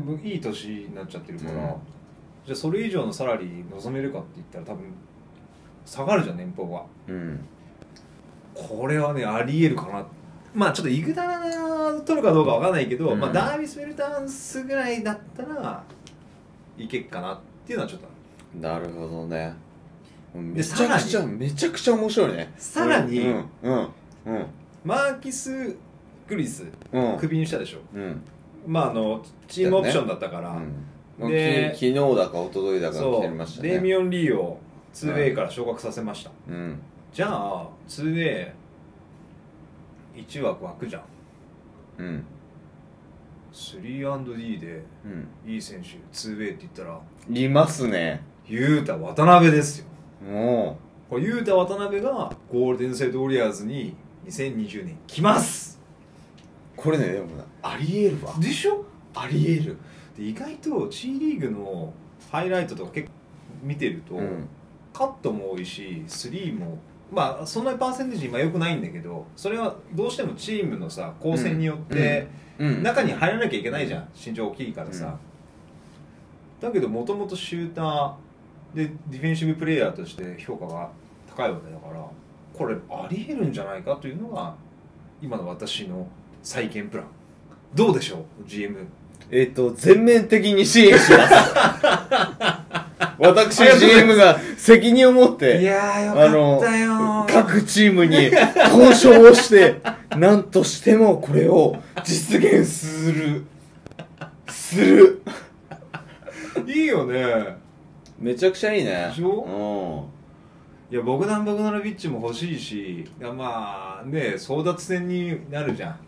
A: ん、でもいい年になっちゃってるから、
B: うん
A: じゃあそれ以上のサラリー望めるかって言ったら多分下がるじゃん年俸が
B: うん
A: これはねありえるかなまあちょっとイグダラ取るかどうかわかんないけど、
B: うん
A: まあ、ダービス・ウェルタンスぐらいだったらいけっかなっていうのはちょっとある
B: なるほどねめ
A: で
B: ちゃくちゃ
A: さ
B: めちゃくちゃ面白いね
A: さらに
B: うんうんうん
A: マーキス・グリス
B: うん
A: クビにしたでしょ
B: うん
A: まああのチームオプションだったから、
B: うん
A: で
B: き昨日だか一昨日だか来
A: そ
B: て
A: う、
B: ましたね
A: デイミオン・リーを 2way から昇格させました、
B: うん
A: じゃあ 2way1 枠枠じゃん
B: うん
A: 3&D で
B: うん
A: いい選手 2way って言ったら
B: いますね
A: 雄太渡辺ですよ
B: も
A: これ雄太渡辺がゴールデン・ステート・ウォリアーズに2020年来ます
B: うこれねでもなありえるわ
A: でしょ
B: ありえる
A: で意外と C リーグのハイライトとか結構見てると、
B: うん
A: カットも多いしスリーもまあそんなにパーセンテージ今良くないんだけどそれはどうしてもチームのさ構成によって
B: うん
A: 中に入らなきゃいけないじゃん、身長大きいからさ、だけどもともとシューターでディフェンシブプレイヤーとして評価が高いわけだからこれありえるんじゃないかというのが今の私の再建プランどうでしょう GM
B: えっ、と、全面的に支 援します。私 GM が責任を持って、
A: やー
B: あの、各チームに交渉をして、なんとしてもこれを実現する。する。
A: いいよね
B: めちゃくちゃいいね
A: でし
B: ょ
A: いやボグダン・ボグダノビッチも欲しいしいやまあね争奪戦になるじゃん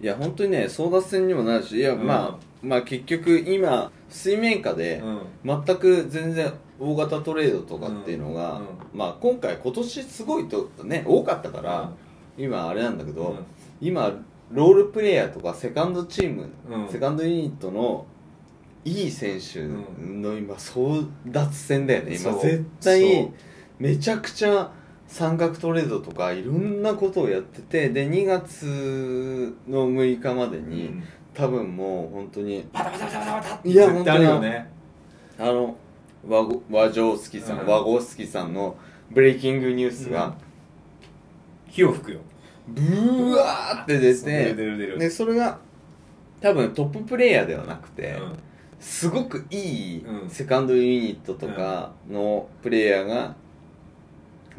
B: うん。いや、本当にね、争奪戦にもなるし、いや、
A: うん
B: まあ、まあ結局今、水面下で、
A: うん
B: 全く全然大型トレードとかっていうの
A: う
B: が、
A: んうん
B: まあ今回今年すごいとね多かったから、今あれなんだけど、
A: うん
B: 今ロールプレイヤーとかセカンドチーム、
A: うん
B: セカンドユニットのいい選手の今争奪戦だよね
A: そ
B: 今
A: う
B: 絶対
A: そう
B: めちゃくちゃ三角トレードとかいろんなことをやっててで2月の6日まで
A: う
B: に、
A: ん
B: 多分もう本当に
A: パタパタパタパタって
B: いや
A: 絶対あるよね
B: あの和ご和丈スキさん、
A: うん
B: 和ゴスキさんのブレイキングニュースが、
A: 火を吹くよ
B: ブワーって出て
A: 出る出る出る
B: でそれが多分トッププレイヤーではなくて、
A: うん
B: すごくいい
A: うん
B: セカンドユニットとかのプレイヤーが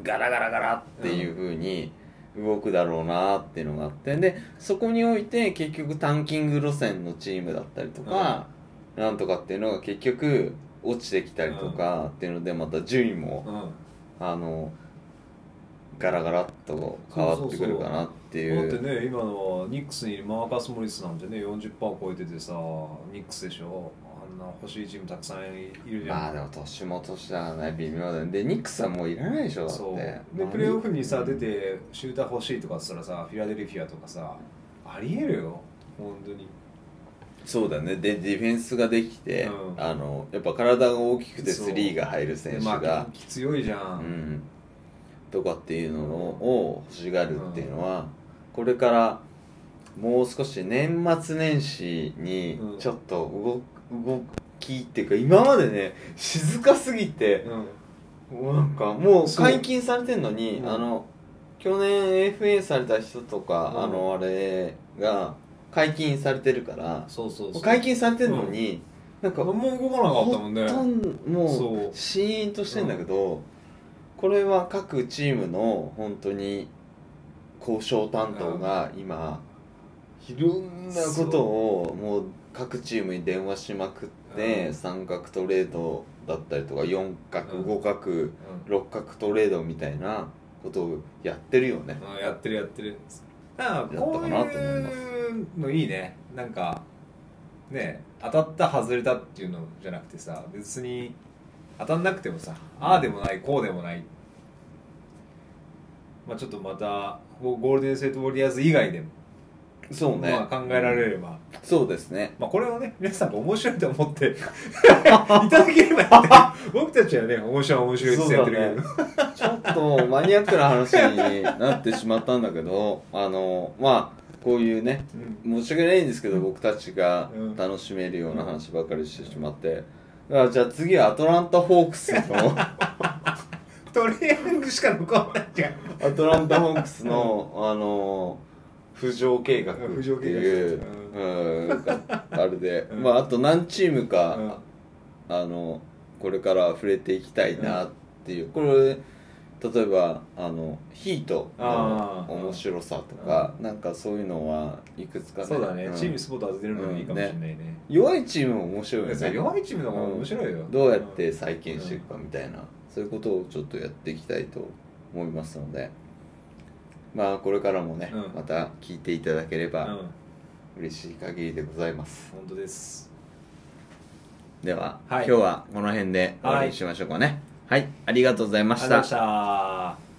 B: ガラガラガラっていう風に動くだろうなっていうのがあってでそこにおいて結局タンキング路線のチームだったりとか、なんとかっていうのが結局落ちてきたりとかっていうのでまた順位も
A: うん
B: あのガラガラっと変わってくるかなってい
A: だって
B: う。
A: ね今のニックスにいるマーカス・モリスなんてね40%超えててさニックスでしょあんな欲しいチームたくさんいるじゃん、
B: まあでも年も年だからね微妙だよねでニックスはもういらないでしょだっ
A: そう
B: て
A: でプレーオフにさ出てシューター欲しいとかっつったらさフィラデルフィアとかさありえるよ本当に
B: そうだねでディフェンスができて、
A: うん
B: あのやっぱ体が大きくて
A: そう
B: スリーが入る選
A: で
B: 手
A: まあ
B: が、
A: 元気強いじゃ、
B: うんん、とかっていうのを欲しがるっていうのは、これからもう少し年末年始に
A: うん
B: ちょっと動く動きっていうか今までね静かすぎて
A: うん
B: なんかもう
A: そう
B: 解禁されてんのに、
A: うん
B: あの去年 FA された人とか、
A: うん
B: あのあれが解禁されてるから
A: そうそう
B: も
A: そうう
B: 解禁されてるのに、なんか
A: 何も動かなかったもんね
B: ほとんども
A: そう
B: うシーンとしてんだけど、これは各チームの本当に交渉担当が今、いろんなことをもう各チームに電話しまくって、
A: うん
B: 三角トレードだったりとか四角、
A: うん
B: 五角六角トレードみたいなことをやってるよね。
A: うん、やってるやってるだから
B: やった
A: こ
B: か
A: う
B: なと思います
A: いうのいいねなんかね当たった外れたっていうのじゃなくてさ別に当たんなくてもさああでもないこうでもない、まあ、ちょっとまたゴールデン・セイト・ウォリアーズ以外でも、
B: そうね、
A: まあ、考えられれば、
B: そうですね
A: まあ、これをね皆さんが面白いと思って いただければ やって僕たちはね面白い面白いってやってるけど、
B: ちょっとマニアックな話になってしまったんだけどあのまあこういうね
A: うん
B: 申し訳ないんですけど僕たちが
A: うん
B: 楽しめるような話ばかりしてしまって、だからじゃあ次はアトランタ・ホークスの ア
A: トレーニングしか残んないじゃん
B: トランタ・ホークスのあの浮上計画って
A: 浮上
B: い
A: 計
B: う
A: 画
B: うんがあれで、
A: うん
B: まああと何チームか、
A: うん
B: あのこれから触れていきたいなっていう、これ例えばあのヒートの
A: あー
B: 面白さとか、なんかそういうのはいくつか、
A: そうだね、
B: ん
A: チームスポット当ててるのもいいかもしれないね,、
B: 弱いチームも面白いよ
A: さ
B: ね
A: 弱いチームの方が面白いよ、
B: どうやって再建していくかみたいな、そういうことをちょっとやっていきたいと思いますのでまあこれからもね、
A: うん
B: また聞いていただけれ
A: うん、
B: ば
A: 本
B: 嬉しい限りでございます、
A: 当です
B: では、
A: はい
B: 今日はこの辺で終わりにしましょうかねはい、ありがとうござい
A: あ
B: ま
A: り
B: し
A: がとうご
B: た
A: ざいました